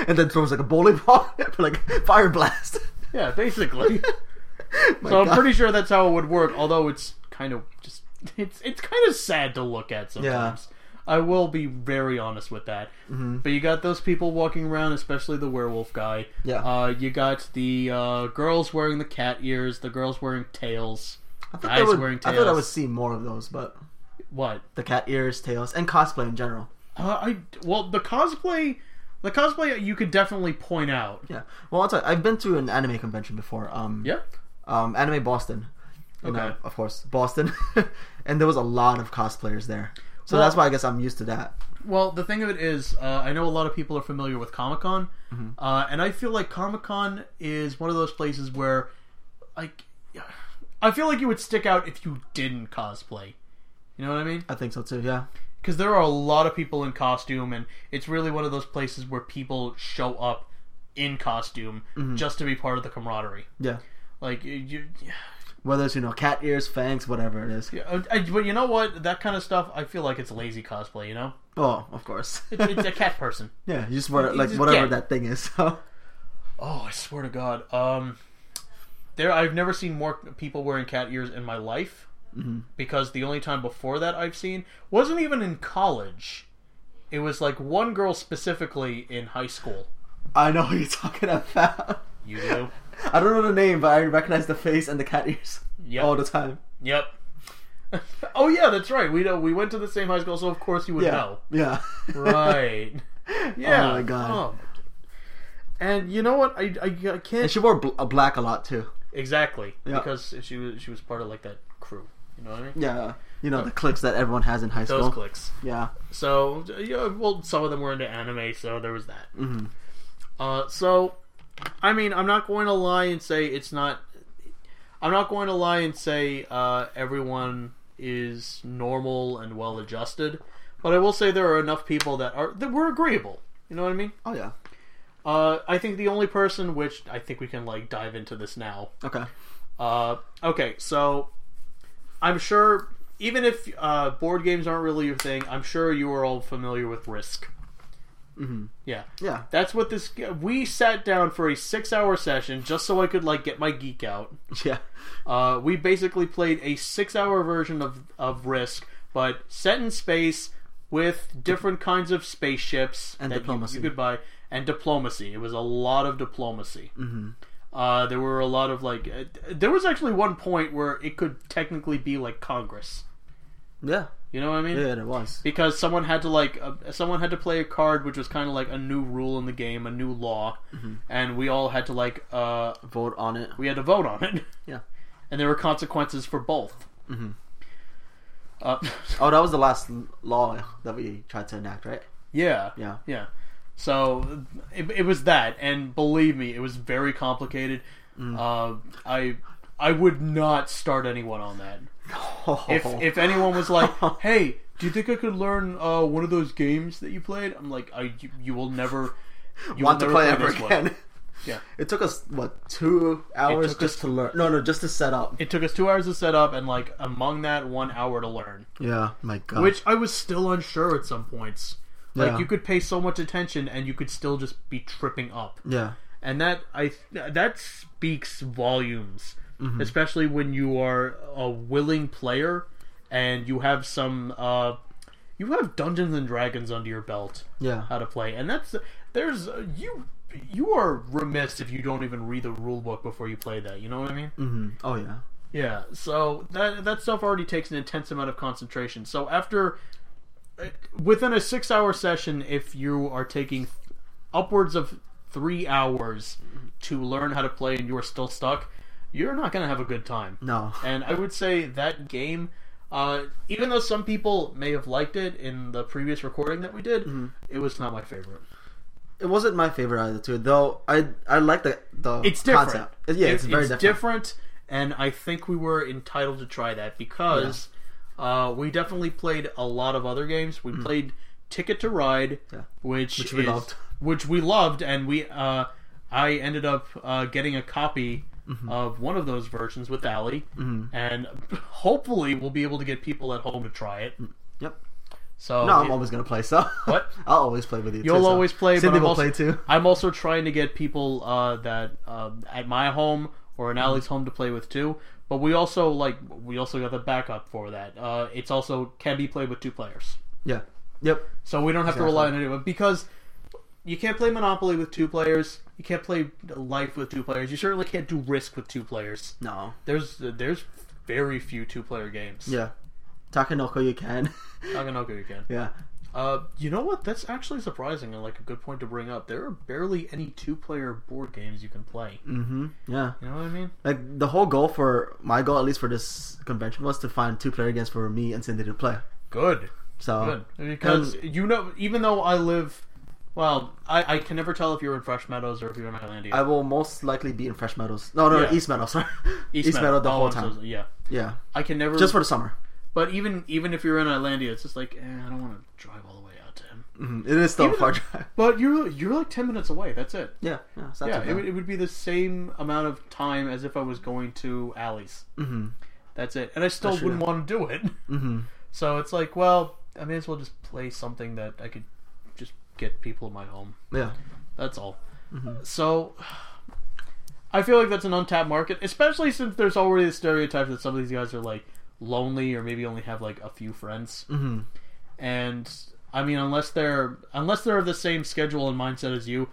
and then throws like a bowling ball for like fire blast. Yeah, basically. My So I'm God. pretty sure that's how it would work. Although it's kind of just it's it's kind of sad to look at sometimes. I will be very honest with that. Mm-hmm. But you got those people walking around, especially the werewolf guy. Yeah. Uh, you got the uh, girls wearing the cat ears, the girls wearing tails, I thought guys I would, wearing I tails. thought I would see more of those, but What? the cat ears, tails, and cosplay in general. Uh, I well the cosplay, the cosplay you could definitely point out. Yeah. Well, I'll tell you, I've been to an anime convention before. Um, Yeah. Um, anime Boston. You Okay. know, of course, Boston, and there was a lot of cosplayers there. So Well- that's why I guess I'm used to that. Well, the thing of it is, uh, I know a lot of people are familiar with Comic Con, uh, and I feel like Comic Con is one of those places where, like, I feel like you would stick out if you didn't cosplay. You know what I mean? I think so too. Yeah. Because there are a lot of people in costume, and it's really one of those places where people show up in costume just to be part of the camaraderie. Yeah. Like, you, you- Whether it's you know cat ears, fangs, whatever it is. yeah, I, but you know what? That kind of stuff, I feel like it's lazy cosplay. You know, Oh, of course. it's, it's a cat person. yeah, you just wear You like just whatever get- that thing is. So Oh, I swear to God. Um, there, I've never seen more people wearing cat ears in my life. Mm-hmm. Because the only time before that I've seen wasn't even in college. It was like one girl specifically in high school. I know what you're talking about. You do? I don't know the name, but I recognize the face and the cat ears Yep. all the time. Yep. oh yeah, that's right. We know we went to the same high school, so of course you would Yeah. know. Yeah. Right. yeah. Oh my God. Oh. And you know what? I I, I and can't she wore bl- uh, black a lot too. exactly Yeah. because she was she was part of like that crew. You know what I mean? Yeah. You know the clicks that everyone has in high Those school. clicks. Yeah. So yeah, well, some of them were into anime, so there was that. Mm-hmm. Uh, so, I mean, I'm not going to lie and say it's not. I'm not going to lie and say uh, everyone is normal and well adjusted, but I will say there are enough people that are that were agreeable. You know what I mean? Oh yeah. Uh, I think the only person which I think we can like dive into this now Okay. uh, okay, so I'm sure even if uh, board games aren't really your thing, I'm sure you are all familiar with Risk. Mhm. Yeah, Yeah. that's what this. We sat down for a six-hour session just so I could like get my geek out. Yeah. Uh, we basically played a six-hour version of of Risk, but set in space with different kinds of spaceships And that you- diplomacy. You, could buy and diplomacy. It was a lot of diplomacy. Mm-hmm. Uh, there were a lot of like. Uh, there was actually one point where it could technically be like Congress. Yeah. You know what I mean? Yeah. It was. Because someone had to like uh, someone had to play a card which was kind of like a new rule in the game, a new law, Mm-hmm. and we all had to like uh, Vote on it. we had to vote on it. Yeah. And there were consequences for both. Mhm. Uh, Oh, that was the last l- law that we tried to enact, right? yeah, Yeah. yeah. So it, it was that, and believe me, it was very complicated. Mm. Uh, I I would not start anyone on that. If if anyone was like, "Hey, do you think I could learn uh, one of those games that you played?" I'm like, "I you, you will never you want will to never play ever this one." again. Yeah. It took us what two hours took just us- to learn? No, no, just to set up. It took us two hours to set up, and like among that, one hour to learn. yeah, my God. which I was still unsure at some points. Like Yeah. you could pay so much attention and you could still just be tripping up, yeah, and that I that speaks volumes, Mm-hmm. especially when you are a willing player and you have some uh, you have Dungeons and Dragons under your belt yeah, how to play, and that's there's you you are remiss if you don't even read the rule book before you play that. You know what I mean? Mm-hmm. Oh yeah. Yeah. So that that stuff already takes an intense amount of concentration. So after uh, within a 6-hour session if you are taking upwards of 3 hours to learn how to play and you're still stuck, you're not going to have a good time. No. And I would say that game uh, even though some people may have liked it in the previous recording that we did, it was not my favorite. It wasn't my favorite either, too. Though I I like the the It's different. concept. Yeah, It- it's, very different. different. and I think we were entitled to try that because uh, we definitely played a lot of other games. We played Ticket to Ride, Mm. Yeah. which, Which we is- loved. which we loved, and we uh, I ended up uh, getting a copy. Mm-hmm. Of one of those versions with Allie, and hopefully we'll be able to get people at home to try it. Yep. So Mm. No, it- I'm always gonna play. So Oh, What? I'll always play with you. You'll too, so. always play. Cindy but I'm will also, play too. I'm also trying to get people uh, that um, at my home or in Mm-hmm. Ali's home to play with too. But we also like we also got the backup for that. Uh, it's also can be played with two players, Yeah. Yep. so we don't have Exactly. to rely on anyone because you can't play Monopoly with two players. You can't play Life with two players. You certainly can't do Risk with two players. No. There's there's very few two player games. Yeah. Takanoko, you can. Takanoko you can. yeah. Uh, you know what? That's actually surprising and like a good point to bring up. There are barely any two-player board games you can play. Mm-hmm. Yeah. You know what I mean? Like the whole goal for my goal, at least for this convention, was to find two player games for me and Cindy to play. Good, So good. Because you know, even though I live, well, I, I can never tell if you're in Fresh Meadows or if you're in Highlandia. I will most likely be in Fresh Meadows. No, no, Yeah. East Meadows. Sorry, East, Meadows the Oh, whole I'm so- time. yeah, Yeah, I can never. just for the summer. but even even if you're in Islandia, it's just like eh, I don't want to drive all the way out to him. Mhm. It is still a Even far though- drive. But you're you're like ten minutes away. That's it. Yeah, yeah, it's not Yeah, too it, bad. would- it would be the same amount of time as if I was going to Alley's. Mhm. That's it. And I still That's true. wouldn't want to do it. Mhm. So it's like, well, I may as well just play something that I could just get people in my home. Yeah, That's all. So I feel like that's an untapped market, especially since there's already the stereotype that some of these guys are like lonely or maybe only have like a few friends. Mhm. And I mean, unless they're unless they're of the same schedule and mindset as you,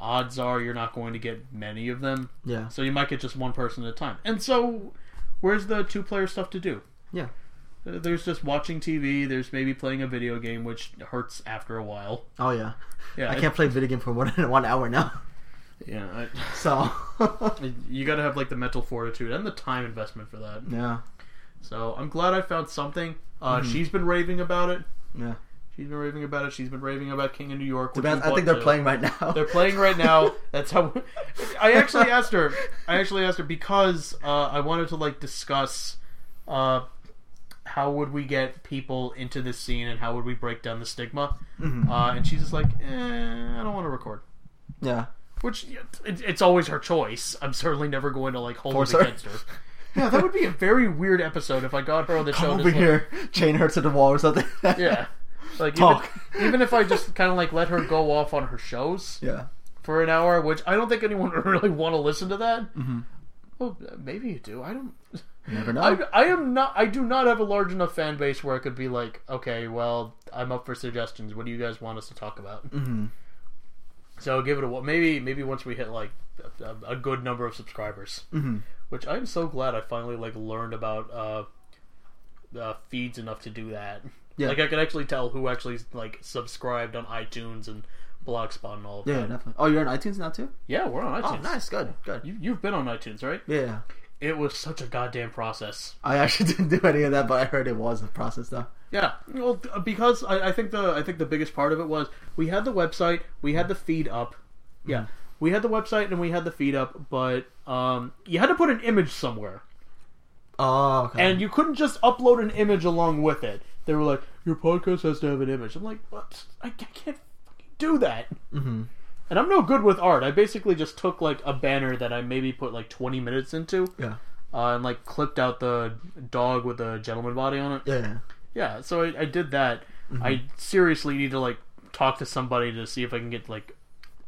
odds are you're not going to get many of them. yeah, So you might get just one person at a time. And so, where's the two player stuff to do? yeah, Uh, There's just watching TV. There's maybe playing a video game, which hurts after a while. oh yeah. Yeah, I it- can't play video game for more than one hour now. Yeah, So I, you got to have like the mental fortitude and the time investment for that. yeah, So I'm glad I found something. Uh, Mm-hmm. She's been raving about it. yeah. She's been raving about it. She's been raving about King of New York. The which we band- I think bought they're too. playing right now. They're playing right now. That's how. I actually asked her. I actually asked her because uh, I wanted to like discuss uh, how would we get people into this scene and how would we break down the stigma. Mhm. Uh, and she's just like, eh, I don't want to record. yeah, Which it, it's always her choice. I'm certainly never going to like hold Force it her. against her. Yeah, that would be a very weird episode if I got her on the show. and come over just, like, here, chain her to the wall or something. Yeah. Like Talk. Even, even if I just kind of like let her go off on her shows yeah. for an hour, which I don't think anyone would really want to listen to that. Mm-hmm. Well, maybe you do. I don't. Never know. I, I am not. I do not have a large enough fan base where I could be like, okay, well, I'm up for suggestions. What do you guys want us to talk about? Mhm. So give it a wa- maybe. Maybe once we hit like a- a, a good number of subscribers, Mhm. which I'm so glad I finally like learned about uh, uh, feeds enough to do that. Yeah. Like I could actually tell who actually like subscribed on iTunes and Blogspot and all of Yeah, that. definitely. Oh, you're on iTunes now too. Yeah, we're on Oh, iTunes. nice, good, good. You, you've been on iTunes, right? Yeah, It was such a goddamn process. I actually didn't do any of that, but I heard it was a process though. Yeah, well, th- because I, I think the I think the biggest part of it was we had the website, we had the feed up. Yeah, we had the website and we had the feed up, but um, you had to put an image somewhere, Oh, okay. and you couldn't just upload an image along with it. They were like, "Your podcast has to have an image." I'm like, what? I, I can't fucking do that. mm-hmm. And I'm no good with art. I basically just took like a banner that I maybe put like 20 minutes into, yeah. uh, and like clipped out the dog with a gentleman body on it. yeah, yeah, Yeah, so I, I did that. I Mm-hmm. seriously need to like talk to somebody to see if I can get like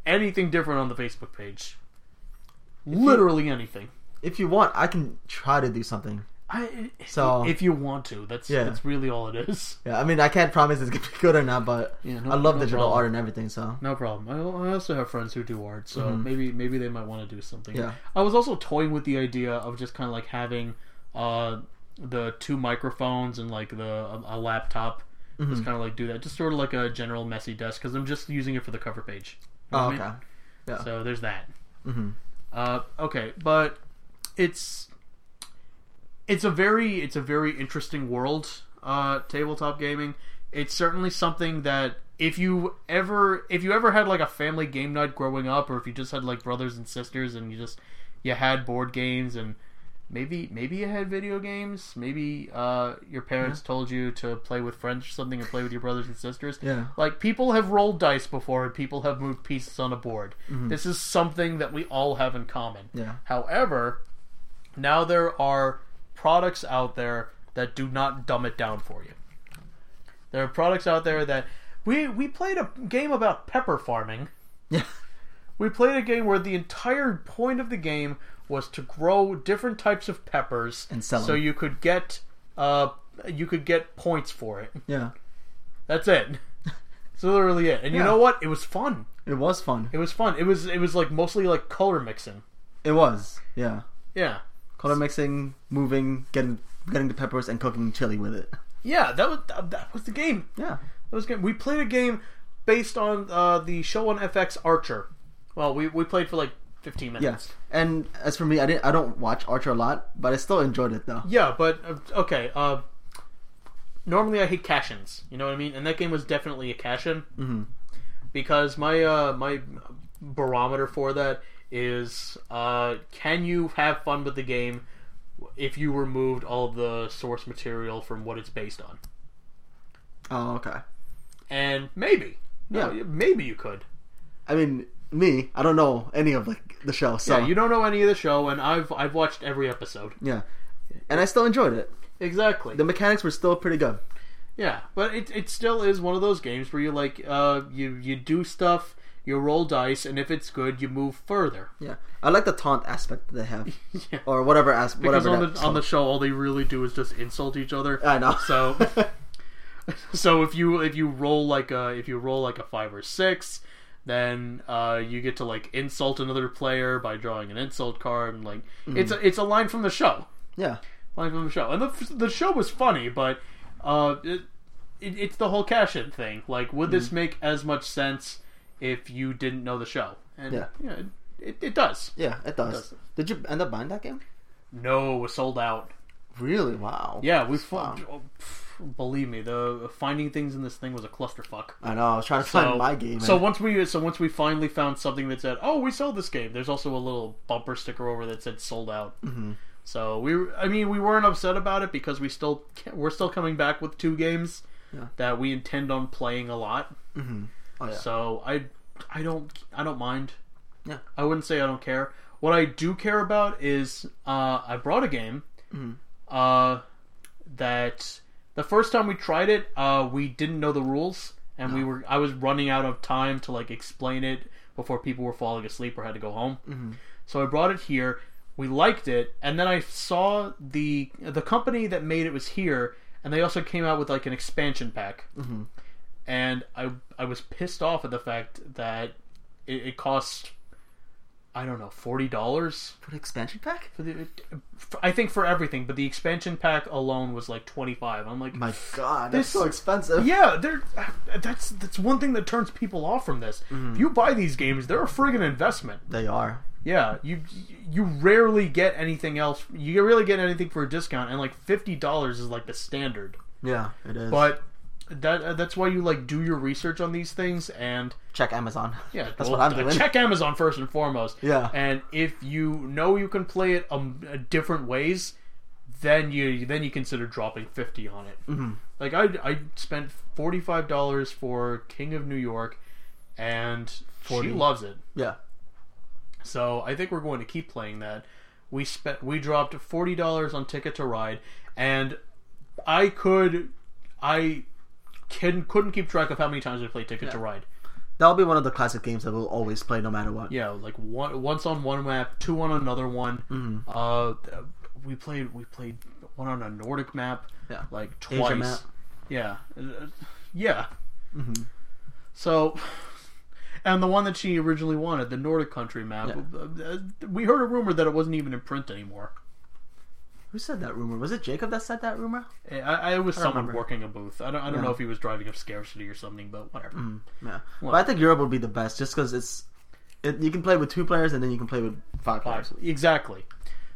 anything different on the Facebook page. Literally anything. If you want, I can try to do something. I, So- if you want to, that's Yeah. that's really all it is. Yeah, I mean, I can't promise it's gonna be good or not, but Yeah, no- I love no digital problem. art and everything. So No problem. I I also have friends who do art, so Mhm. maybe maybe they might want to do something. Yeah. I was also toying with the idea of just kind of like having uh, the two microphones and like the a, a laptop. Mm-hmm. Just kind of like do that, just sort of like a general messy desk, because I'm just using it for the cover page. You know what oh, I mean? okay, yeah. So there's that. Mhm. Uh, okay, but it's it's a very it's a very interesting world. Uh, tabletop gaming. It's certainly something that if you ever if you ever had like a family game night growing up, or if you just had like brothers and sisters, and you just you had board games and maybe maybe you had video games maybe uh, your parents told you to play with friends or something and play with your brothers and sisters Yeah. like people have rolled dice before and people have moved pieces on a board this is something that we all have in common Mm-hmm. Yeah. however now there are products out there that do not dumb it down for you there are products out there that we we played a game about pepper farming yeah, we played a game where the entire point of the game was to grow different types of peppers And sell so them. you could get uh you could get points for it. yeah. That's it. That's literally it. And you Yeah. know what? It was fun. It was fun. It was fun. It was it was like mostly like color mixing. It was, yeah. Yeah. Color mixing, moving, getting getting the peppers, and cooking chili with it. Yeah, that was that, that was the game. Yeah, That was the game. We played a game based on uh, the show on FX Archer. Well, we we played for like 15 minutes. yes. And as for me, I didn't. I don't watch Archer a lot, but I still enjoyed it though. Yeah, but uh, okay. Uh, normally I hate cash-ins. You know what I mean? And that game was definitely a cash-in Mm-hmm. because my uh, my barometer for that is uh, can you have fun with the game if you removed all of the source material from what it's based on? Oh, okay. And maybe, no, Yeah. maybe you could. I mean, me, I don't know any of like the show, so Yeah, you don't know any of the show, and I've I've watched every episode. yeah. And I still enjoyed it. Exactly. The mechanics were still pretty good. Yeah, but it it still is one of those games where you like uh you you do stuff, you roll dice, and if it's good, you move further. Yeah, I like the taunt aspect that they have, Yeah. or whatever as Because whatever. on that- the on the show, all they really do is just insult each other. I know. So, so if you if you roll like a if you roll like a five or six, then uh, you get to like insult another player by drawing an insult card. And like it's Mm-hmm. a it's a line from the show, yeah, line from the show. And the the show was funny, but uh, it, it, it's the whole cash in thing. Like, would this make as much sense if you didn't know the show? And Yeah. it, it, it does. yeah, it does. does. Did you end up buying that game? No, it was sold out. Really? Wow. Yeah, we Wow. found. Believe me, the finding things in this thing was a clusterfuck. I know. I was trying to So, find my game. so and- once we so once we finally found something that said, "Oh, we sold this game." There's also a little bumper sticker over that said "sold out." Mm-hmm. So we, were- I mean, we weren't upset about it because we still we're still coming back with two games Yeah. that we intend on playing a lot. oh yeah, So I I don't I don't mind. Yeah. I wouldn't say I don't care. What I do care about is uh, I brought a game Mm-hmm. uh, that the first time we tried it, uh, we didn't know the rules, and we were I was running out of time to like explain it before people were falling asleep or had to go home. So I brought it here. We liked it, and then I saw the the company that made it was here, and they also came out with like an expansion pack and I I was pissed off at the fact that it, it cost I don't know forty dollars for the expansion pack. for the for, I think for everything, but the expansion pack alone was like twenty five. I'm like, My God, This- that's so expensive. yeah, there. That's that's one thing that turns people off from this. If you buy these games, they're a friggin' investment. They are. Yeah, you you rarely get anything else. You rarely get anything for a discount, and like fifty dollars is like the standard. Yeah, it is. But that uh, that's why you like do your research on these things and check Amazon. Yeah, that's well, what I'm uh, doing. Check Amazon first and foremost. Yeah. and if you know you can play it um, uh, different ways, then you then you consider dropping fifty on it. Mm-hmm. Like I, I spent forty five dollars for King of New York, and she loves it. Yeah, So I think we're going to keep playing that. We spent we dropped forty dollars on Ticket to Ride, and I could I can couldn't keep track of how many times I played Ticket to Ride. that'll be one of the classic games that we'll always play no matter what. yeah like Mm-hmm. one once on one map two on another one uh we played we played one on a Nordic map, Yeah. like Asia twice. map. Yeah, Uh, yeah. Mhm. So, and the one that she originally wanted, the Nordic country map, uh, uh, we heard a rumor that it wasn't even in print anymore. Who said that rumor? Was it Jacob that said that rumor? I, I it was I don't someone remember. working a booth. I don't, I don't Yeah. Mm-hmm. know if he was driving up scarcity or something, but whatever. Yeah. Well- But I think Europe would be the best just because it's. It, you can play with two players and then you can play with five players. Exactly.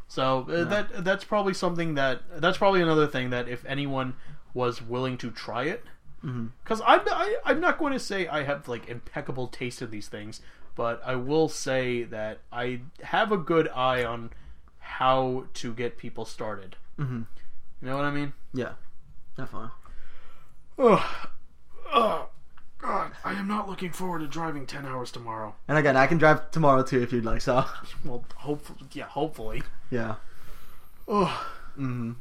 So uh, that that's probably something that that's probably another thing that if anyone was willing to try it, because I'm I, I'm not going to say I have like impeccable taste in these things, but I will say that I have a good eye on how to get people started. Mhm. You know what I mean? Yeah, definitely. Ugh. Ugh. God, I am not looking forward to driving ten hours tomorrow. And again, I can drive tomorrow too if you'd like. So, Well, hopefully, yeah, hopefully. yeah. Ugh. Mm-hmm.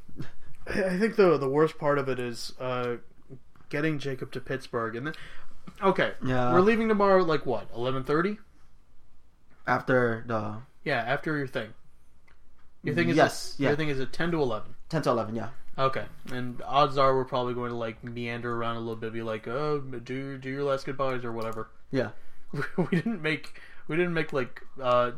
I I think the the worst part of it is uh, getting Jacob to Pittsburgh, and then okay, Yeah. we're leaving tomorrow. Like what, eleven thirty? After the Yeah, after your thing. Your thing is Yes, at- yeah. Your thing is at ten to eleven. ten to eleven, yeah. Okay, and odds are we're probably going to like meander around a little bit, be like, oh, do do your last goodbyes or whatever. Yeah. we didn't make we didn't make like uh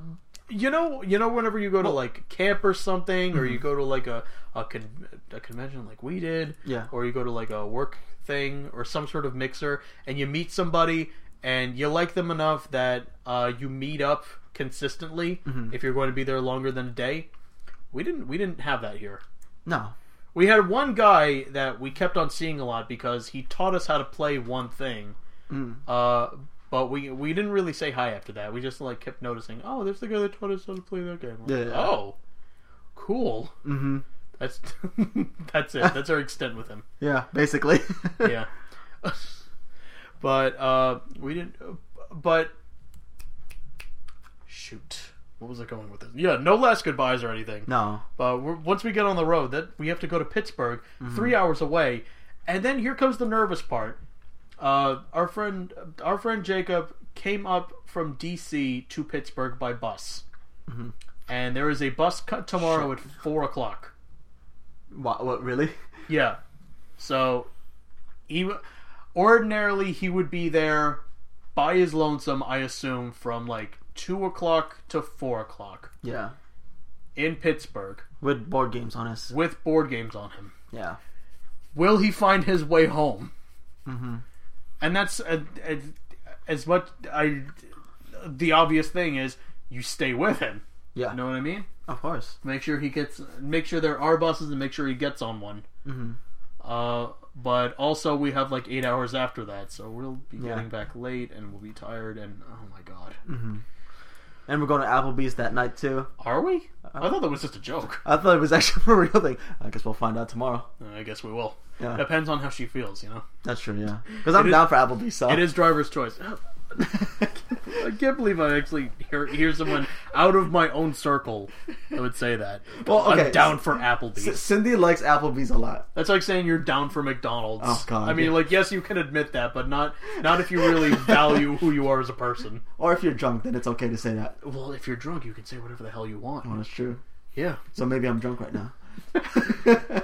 you know you know whenever you go to like camp or something or you go to like a a, con- a convention like we did Yeah. or you go to like a work thing or some sort of mixer and you meet somebody and you like them enough that uh, you meet up consistently if you're going to be there longer than a day we didn't we didn't have that here No. we had one guy that we kept on seeing a lot because he taught us how to play one thing. Mm. Uh, but we we didn't really say hi after that. We just like kept noticing. Oh, there's the guy that taught us how to play that game. We're like, Yeah. Oh, cool. Mm-hmm. That's that's it. That's our extent with him. Yeah, basically. Yeah. but uh, we didn't. But shoot, what was I going with this? Yeah, no last goodbyes or anything. No. But Uh, we're, once we get on the road, that we have to go to Pittsburgh, three hours away, and then here comes the nervous part. Uh, our friend, our friend Jacob came up from D.C. to Pittsburgh by bus, and there is a bus cut tomorrow at four o'clock. What? What? Really? Yeah, so he ordinarily he would be there by his lonesome, I assume, from like two o'clock to four o'clock Yeah. in Pittsburgh With board games on us. with board games on him. Yeah. will he find his way home? Mm-hmm. And that's uh, uh, as much. I the obvious thing is you stay with him. Yeah. You know what I mean? Of course. Make sure he gets. Make sure there are buses and make sure he gets on one. Mm-hmm. Uh, but also we have like eight hours after that, so we'll be Yeah. getting back late and we'll be tired. And oh my god, Mm-hmm. And we're going to Applebee's that night too. are we? Uh, I thought that was just a joke. I thought it was actually a real thing. I guess we'll find out tomorrow. I guess we will. Yeah. Depends on how she feels, you know. That's true. Yeah. Because I'm is- down for Applebee's. So. It is driver's choice. I can't believe I actually hear, hear someone out of my own circle that would say that. Well, okay. I'm down for Applebee's. C- Cindy likes Applebee's a lot. That's like saying you're down for McDonald's. Oh, God, I mean, yeah. like, yes, you can admit that, but not not if you really value who you are as a person. Or if you're drunk, then it's okay to say that. Well, if you're drunk, you can say whatever the hell you want. Well, that's true. Yeah. So maybe I'm drunk right now.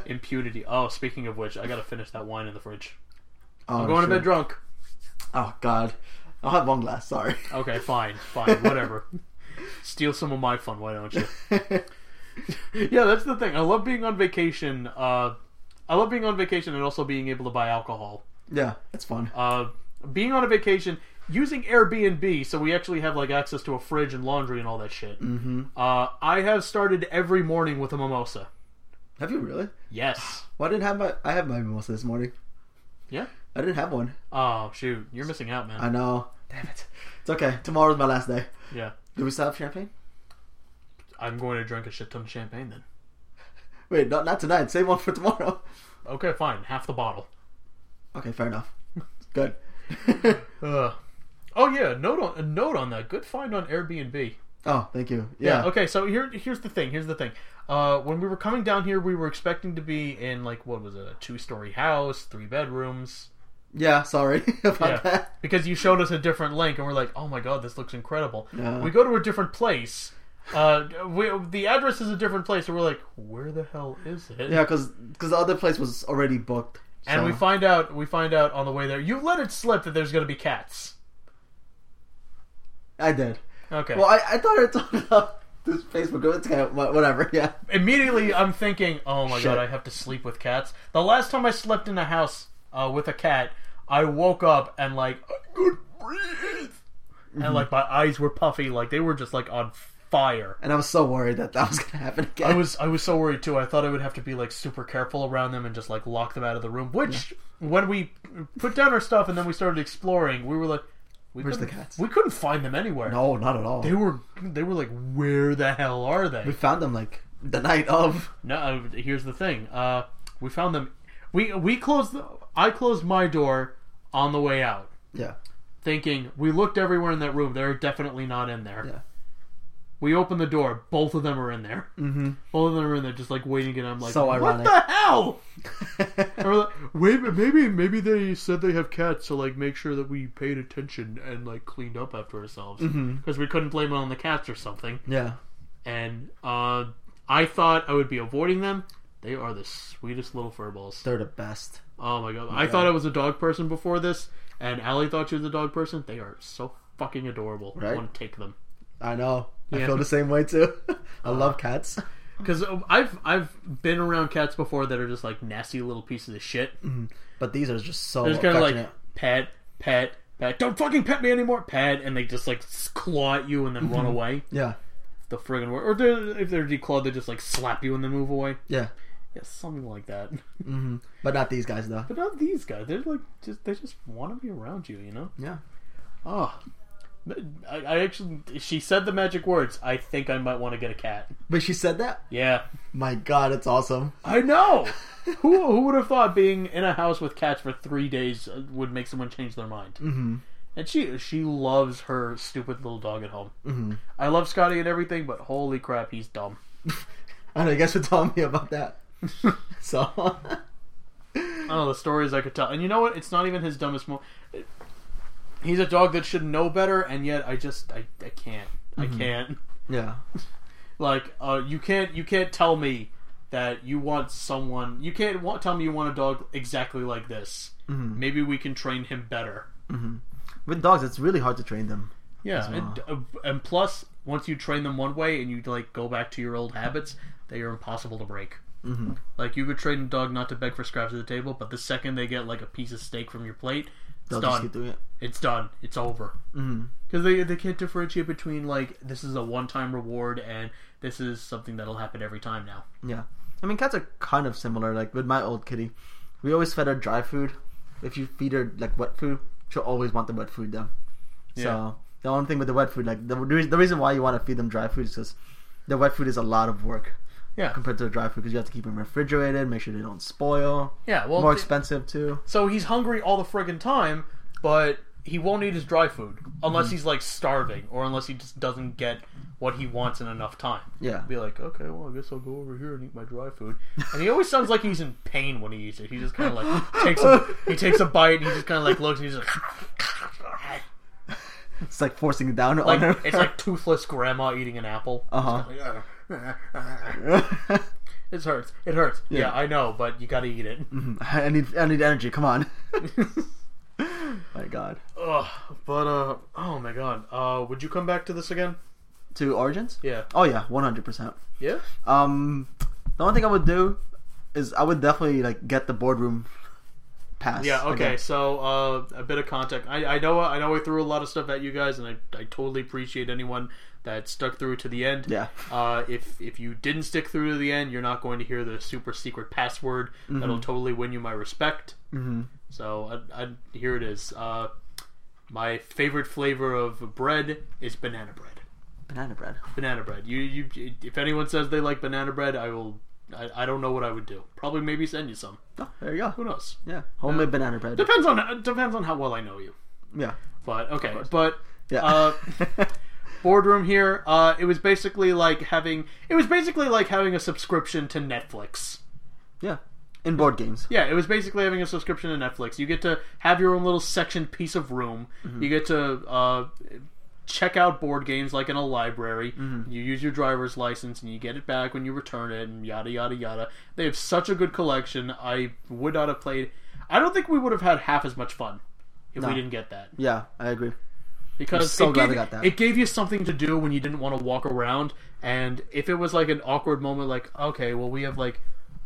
Impunity. Oh, speaking of which, I gotta finish that wine in the fridge. Oh, I'm going to sure. bed drunk. Oh God, I'll have one glass. Sorry. Okay, fine, fine, whatever. Steal some of my fun, why don't you? yeah, that's the thing. I love being on vacation. Uh, I love being on vacation and also being able to buy alcohol. yeah, it's fun. Uh, being on a vacation using Airbnb, so we actually have like access to a fridge and laundry and all that shit. Mm-hmm. Uh, I have started every morning with a mimosa. Have you really? Yes. Why didn't have my? I have my mimosa this morning. Yeah. I didn't have one. Oh shoot, you're missing out, man. I know. Damn it. It's okay. Tomorrow's my last day. Yeah, Do we still have champagne? I'm going to drink a shit ton of champagne then. Wait, not not tonight. Save one for tomorrow. Okay, fine, half the bottle. Okay, fair enough. Good. Ugh. Oh yeah, note on a note on that. Good find on Airbnb. oh, thank you. Yeah. Yeah. Okay, so here here's the thing. Here's the thing. Uh, when we were coming down here, we were expecting to be in like what was it, a two story house, three bedrooms. Yeah. Sorry about Yeah. that. Because you showed us a different link, and we're like, oh my god, this looks incredible. Yeah. We go to a different place, Uh, we, the address is a different place, and we're like, where the hell is it? Yeah, because the other place was already booked. And so- we find out we find out on the way there. You let it slip that there's going to be cats. I did. Okay. Well, I, I thought I talked about this Facebook group. It's kind of wha- whatever. Yeah. Immediately, I'm thinking, oh my Shit. god, I have to sleep with cats. The last time I slept in a house uh, with a cat, I woke up and like I could breathe, Mm-hmm. and like my eyes were puffy, like they were just like on fire. And I was so worried that that was gonna happen again. I was I was so worried too. I thought I would have to be like super careful around them and just like lock them out of the room. Which when we put down our stuff and then we started exploring, we were like, we Where's the couldn't- cats? We couldn't find them anywhere. No, not at all. They were they were like, where the hell are We they? found them like the night of. No, uh, here's the thing. Uh, we found them. We we closed. The, I closed my door on the way out, Yeah. thinking we looked everywhere in that room. They're definitely not in there. Yeah. We opened the door. Both of them are in there. Mm-hmm. Both of them are in there, just like waiting. And I'm like, So what ironic. the hell? And we're like, Wait, but maybe maybe they said they have cats, so like make sure that we paid attention and like cleaned up after ourselves because Mm-hmm. we couldn't blame it on the cats or something. yeah. And uh, I thought I would be avoiding them. They are the sweetest little furballs. They're the best. Oh my god! I thought I was a dog person before this, and Allie thought she was a dog person. They are so fucking adorable. I Right? want to take them I know. Yeah. I Uh-huh. feel the same way too. I love cats. because um, I've I've been around cats before that are just like nasty little pieces of shit. But these are just so They're just kind of like affectionate. pet, pet, pet. Don't fucking pet me anymore, pet, and they just like s- claw at you and then run away. Yeah. The friggin' word. Or they're, if they're declawed, they just like slap you and then move away. Yeah. Yeah, something like that. hmm But not these guys though. But not these guys. They're like just they just want to be around you, you know. Yeah. Oh, I, I actually she said the magic words. I think I might want to get a cat. But she said that. Yeah, My God, it's awesome. I know. who who would have thought being in a house with cats for three days uh, would make someone change their mind? Mm-hmm. And she she loves her stupid little dog at home. I love Scotty and everything, but holy crap, he's dumb. I know you guys were telling me about that. so. Oh, the stories I could tell. And you know what? It's not even his dumbest moment. He's a dog that should know better, and yet I just I, I can't. I can't. yeah. Like uh, you can't you can't tell me that you want someone. You can't want, tell me you want a dog exactly like this. Mm-hmm. Maybe we can train him better. With dogs, it's really hard to train them. Yeah, and, uh, and plus, once you train them one way and you like go back to your old habits, they are impossible to break. Mm-hmm. Like you could train a dog not to beg for scraps at the table, but the second they get like a piece of steak from your plate, it's They'll just done. keep doing it. It's done. It's over. Mm-hmm. Because they they can't differentiate between like this is a one time reward and this is something that'll happen every time now. Yeah. I mean, cats are kind of similar. Like with my old kitty, we always fed her dry food. If you feed her like wet food, she'll always want the wet food though. Yeah. So the only thing with the wet food, like the, the reas- the reason why you want to feed them dry food is because the wet food is a lot of work Yeah, compared to the dry food because you have to keep them refrigerated, make sure they don't spoil. yeah. Well, More th- expensive too. so he's hungry all the friggin' time, but he won't eat his dry food unless he's like starving or unless he just doesn't get what he wants in enough time. Yeah. Be like, okay, well, I guess I'll go over here and eat my dry food. And he always sounds like he's in pain when he eats it. He just kind of like takes a he takes a bite and he just kind of like looks and he's like, It's like forcing it down on like her. it's like toothless grandma eating an apple. Uh It huh. hurts. It hurts. Yeah, Yeah. I know, but you gotta eat it. Mm-hmm. I need I need energy. Come on. my God. Ugh, but uh, oh my god. Uh, would you come back to this again? To origins? Yeah. Oh yeah, one hundred percent. Yeah. Um, the only thing I would do is I would definitely like get the boardroom pass. Yeah. Okay. again. So uh, a bit of context. I, I know I know I threw a lot of stuff at you guys, and I, I totally appreciate anyone that stuck through to the end. Yeah. Uh, if if you didn't stick through to the end, you're not going to hear the super secret password that'll totally win you my respect. Mm-hmm. So I, I, here it is. Uh, my favorite flavor of bread is banana bread. Banana bread. Banana bread. You you. If anyone says they like banana bread, I will. I, I don't know what I would do. Probably maybe send you some. Oh, there you go. Who knows? Yeah, homemade banana bread. Depends on depends on how well I know you. Yeah, But okay, but yeah. Uh, boardroom here. Uh, it was basically like having it was basically like having a subscription to Netflix. yeah, in board games. Yeah, it was basically having a subscription to Netflix. You get to have your own little section piece of room. You get to uh, check out board games like in a library. You use your driver's license and you get it back when you return it, and yada yada yada. They have such a good collection. I would not have played. I don't think we would have had half as much fun if No. we didn't get that Yeah, I agree. because so it, glad gave, I got that. it gave you something to do when you didn't want to walk around. And if it was like an awkward moment, like okay, well we have like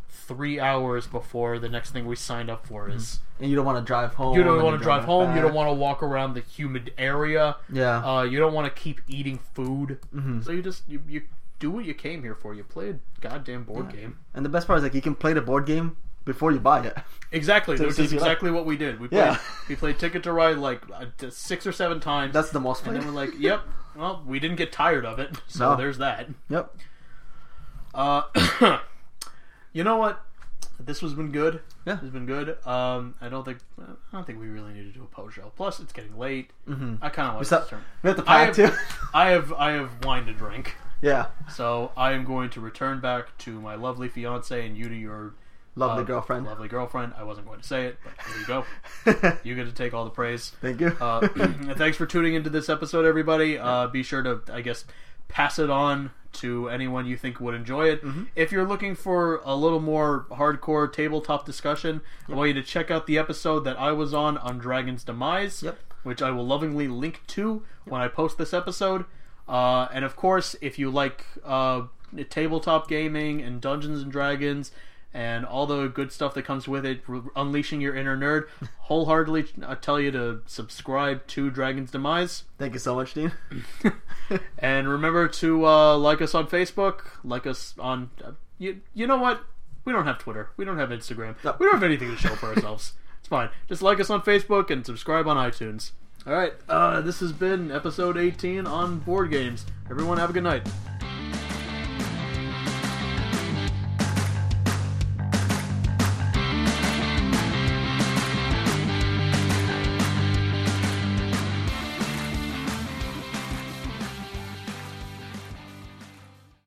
three hours before the next thing we signed up for is. And you don't want to Hmm. drive home. You don't and want then to drive home. You back. don't want to walk around the humid area. Yeah. Uh, you don't want to keep eating food. Mm-hmm. So you just you, you do what you came here for. You play a goddamn board game. and the best part is like you can play the board game before you buy it. Exactly, So which since is you like- exactly what we did. We played, Yeah. we played Ticket to Ride like uh, t- six or seven times, That's the most fun. and then we're like, "Yep, well, we didn't get tired of it, so No. there's that." yep. Uh, you know what? This has been good. Yeah. This has been good. Um, I don't think I don't think we really need to do a post show. Plus, it's getting late. Mm-hmm. I kind of want So, to. turn- we have to I pack have, too. I have I have wine to drink, yeah. so I am going to return back to my lovely fiance and you to your Lovely uh, girlfriend. Lovely girlfriend. I wasn't going to say it, but there you go. you get to take all the praise. Thank you. Uh, thanks for tuning into this episode, everybody. Uh, be sure to, I guess, pass it on to anyone you think would enjoy it. If you're looking for a little more hardcore tabletop discussion, I want you to check out the episode that I was on on Dragon's Demise, Yep. which I will lovingly link to when I post this episode. Uh, and of course, if you like uh, tabletop gaming and Dungeons and Dragons and all the good stuff that comes with it, re- unleashing your inner nerd, wholeheartedly I tell you to subscribe to Dragon's Demise. Thank you so much, Dean. And remember to uh, like us on Facebook, like us on. Uh, you, you know what? We don't have Twitter. We don't have Instagram. No. We don't have anything to show for ourselves. It's fine. Just like us on Facebook and subscribe on iTunes. All right. Uh, this has been episode 18 on board games. Everyone, have a good night.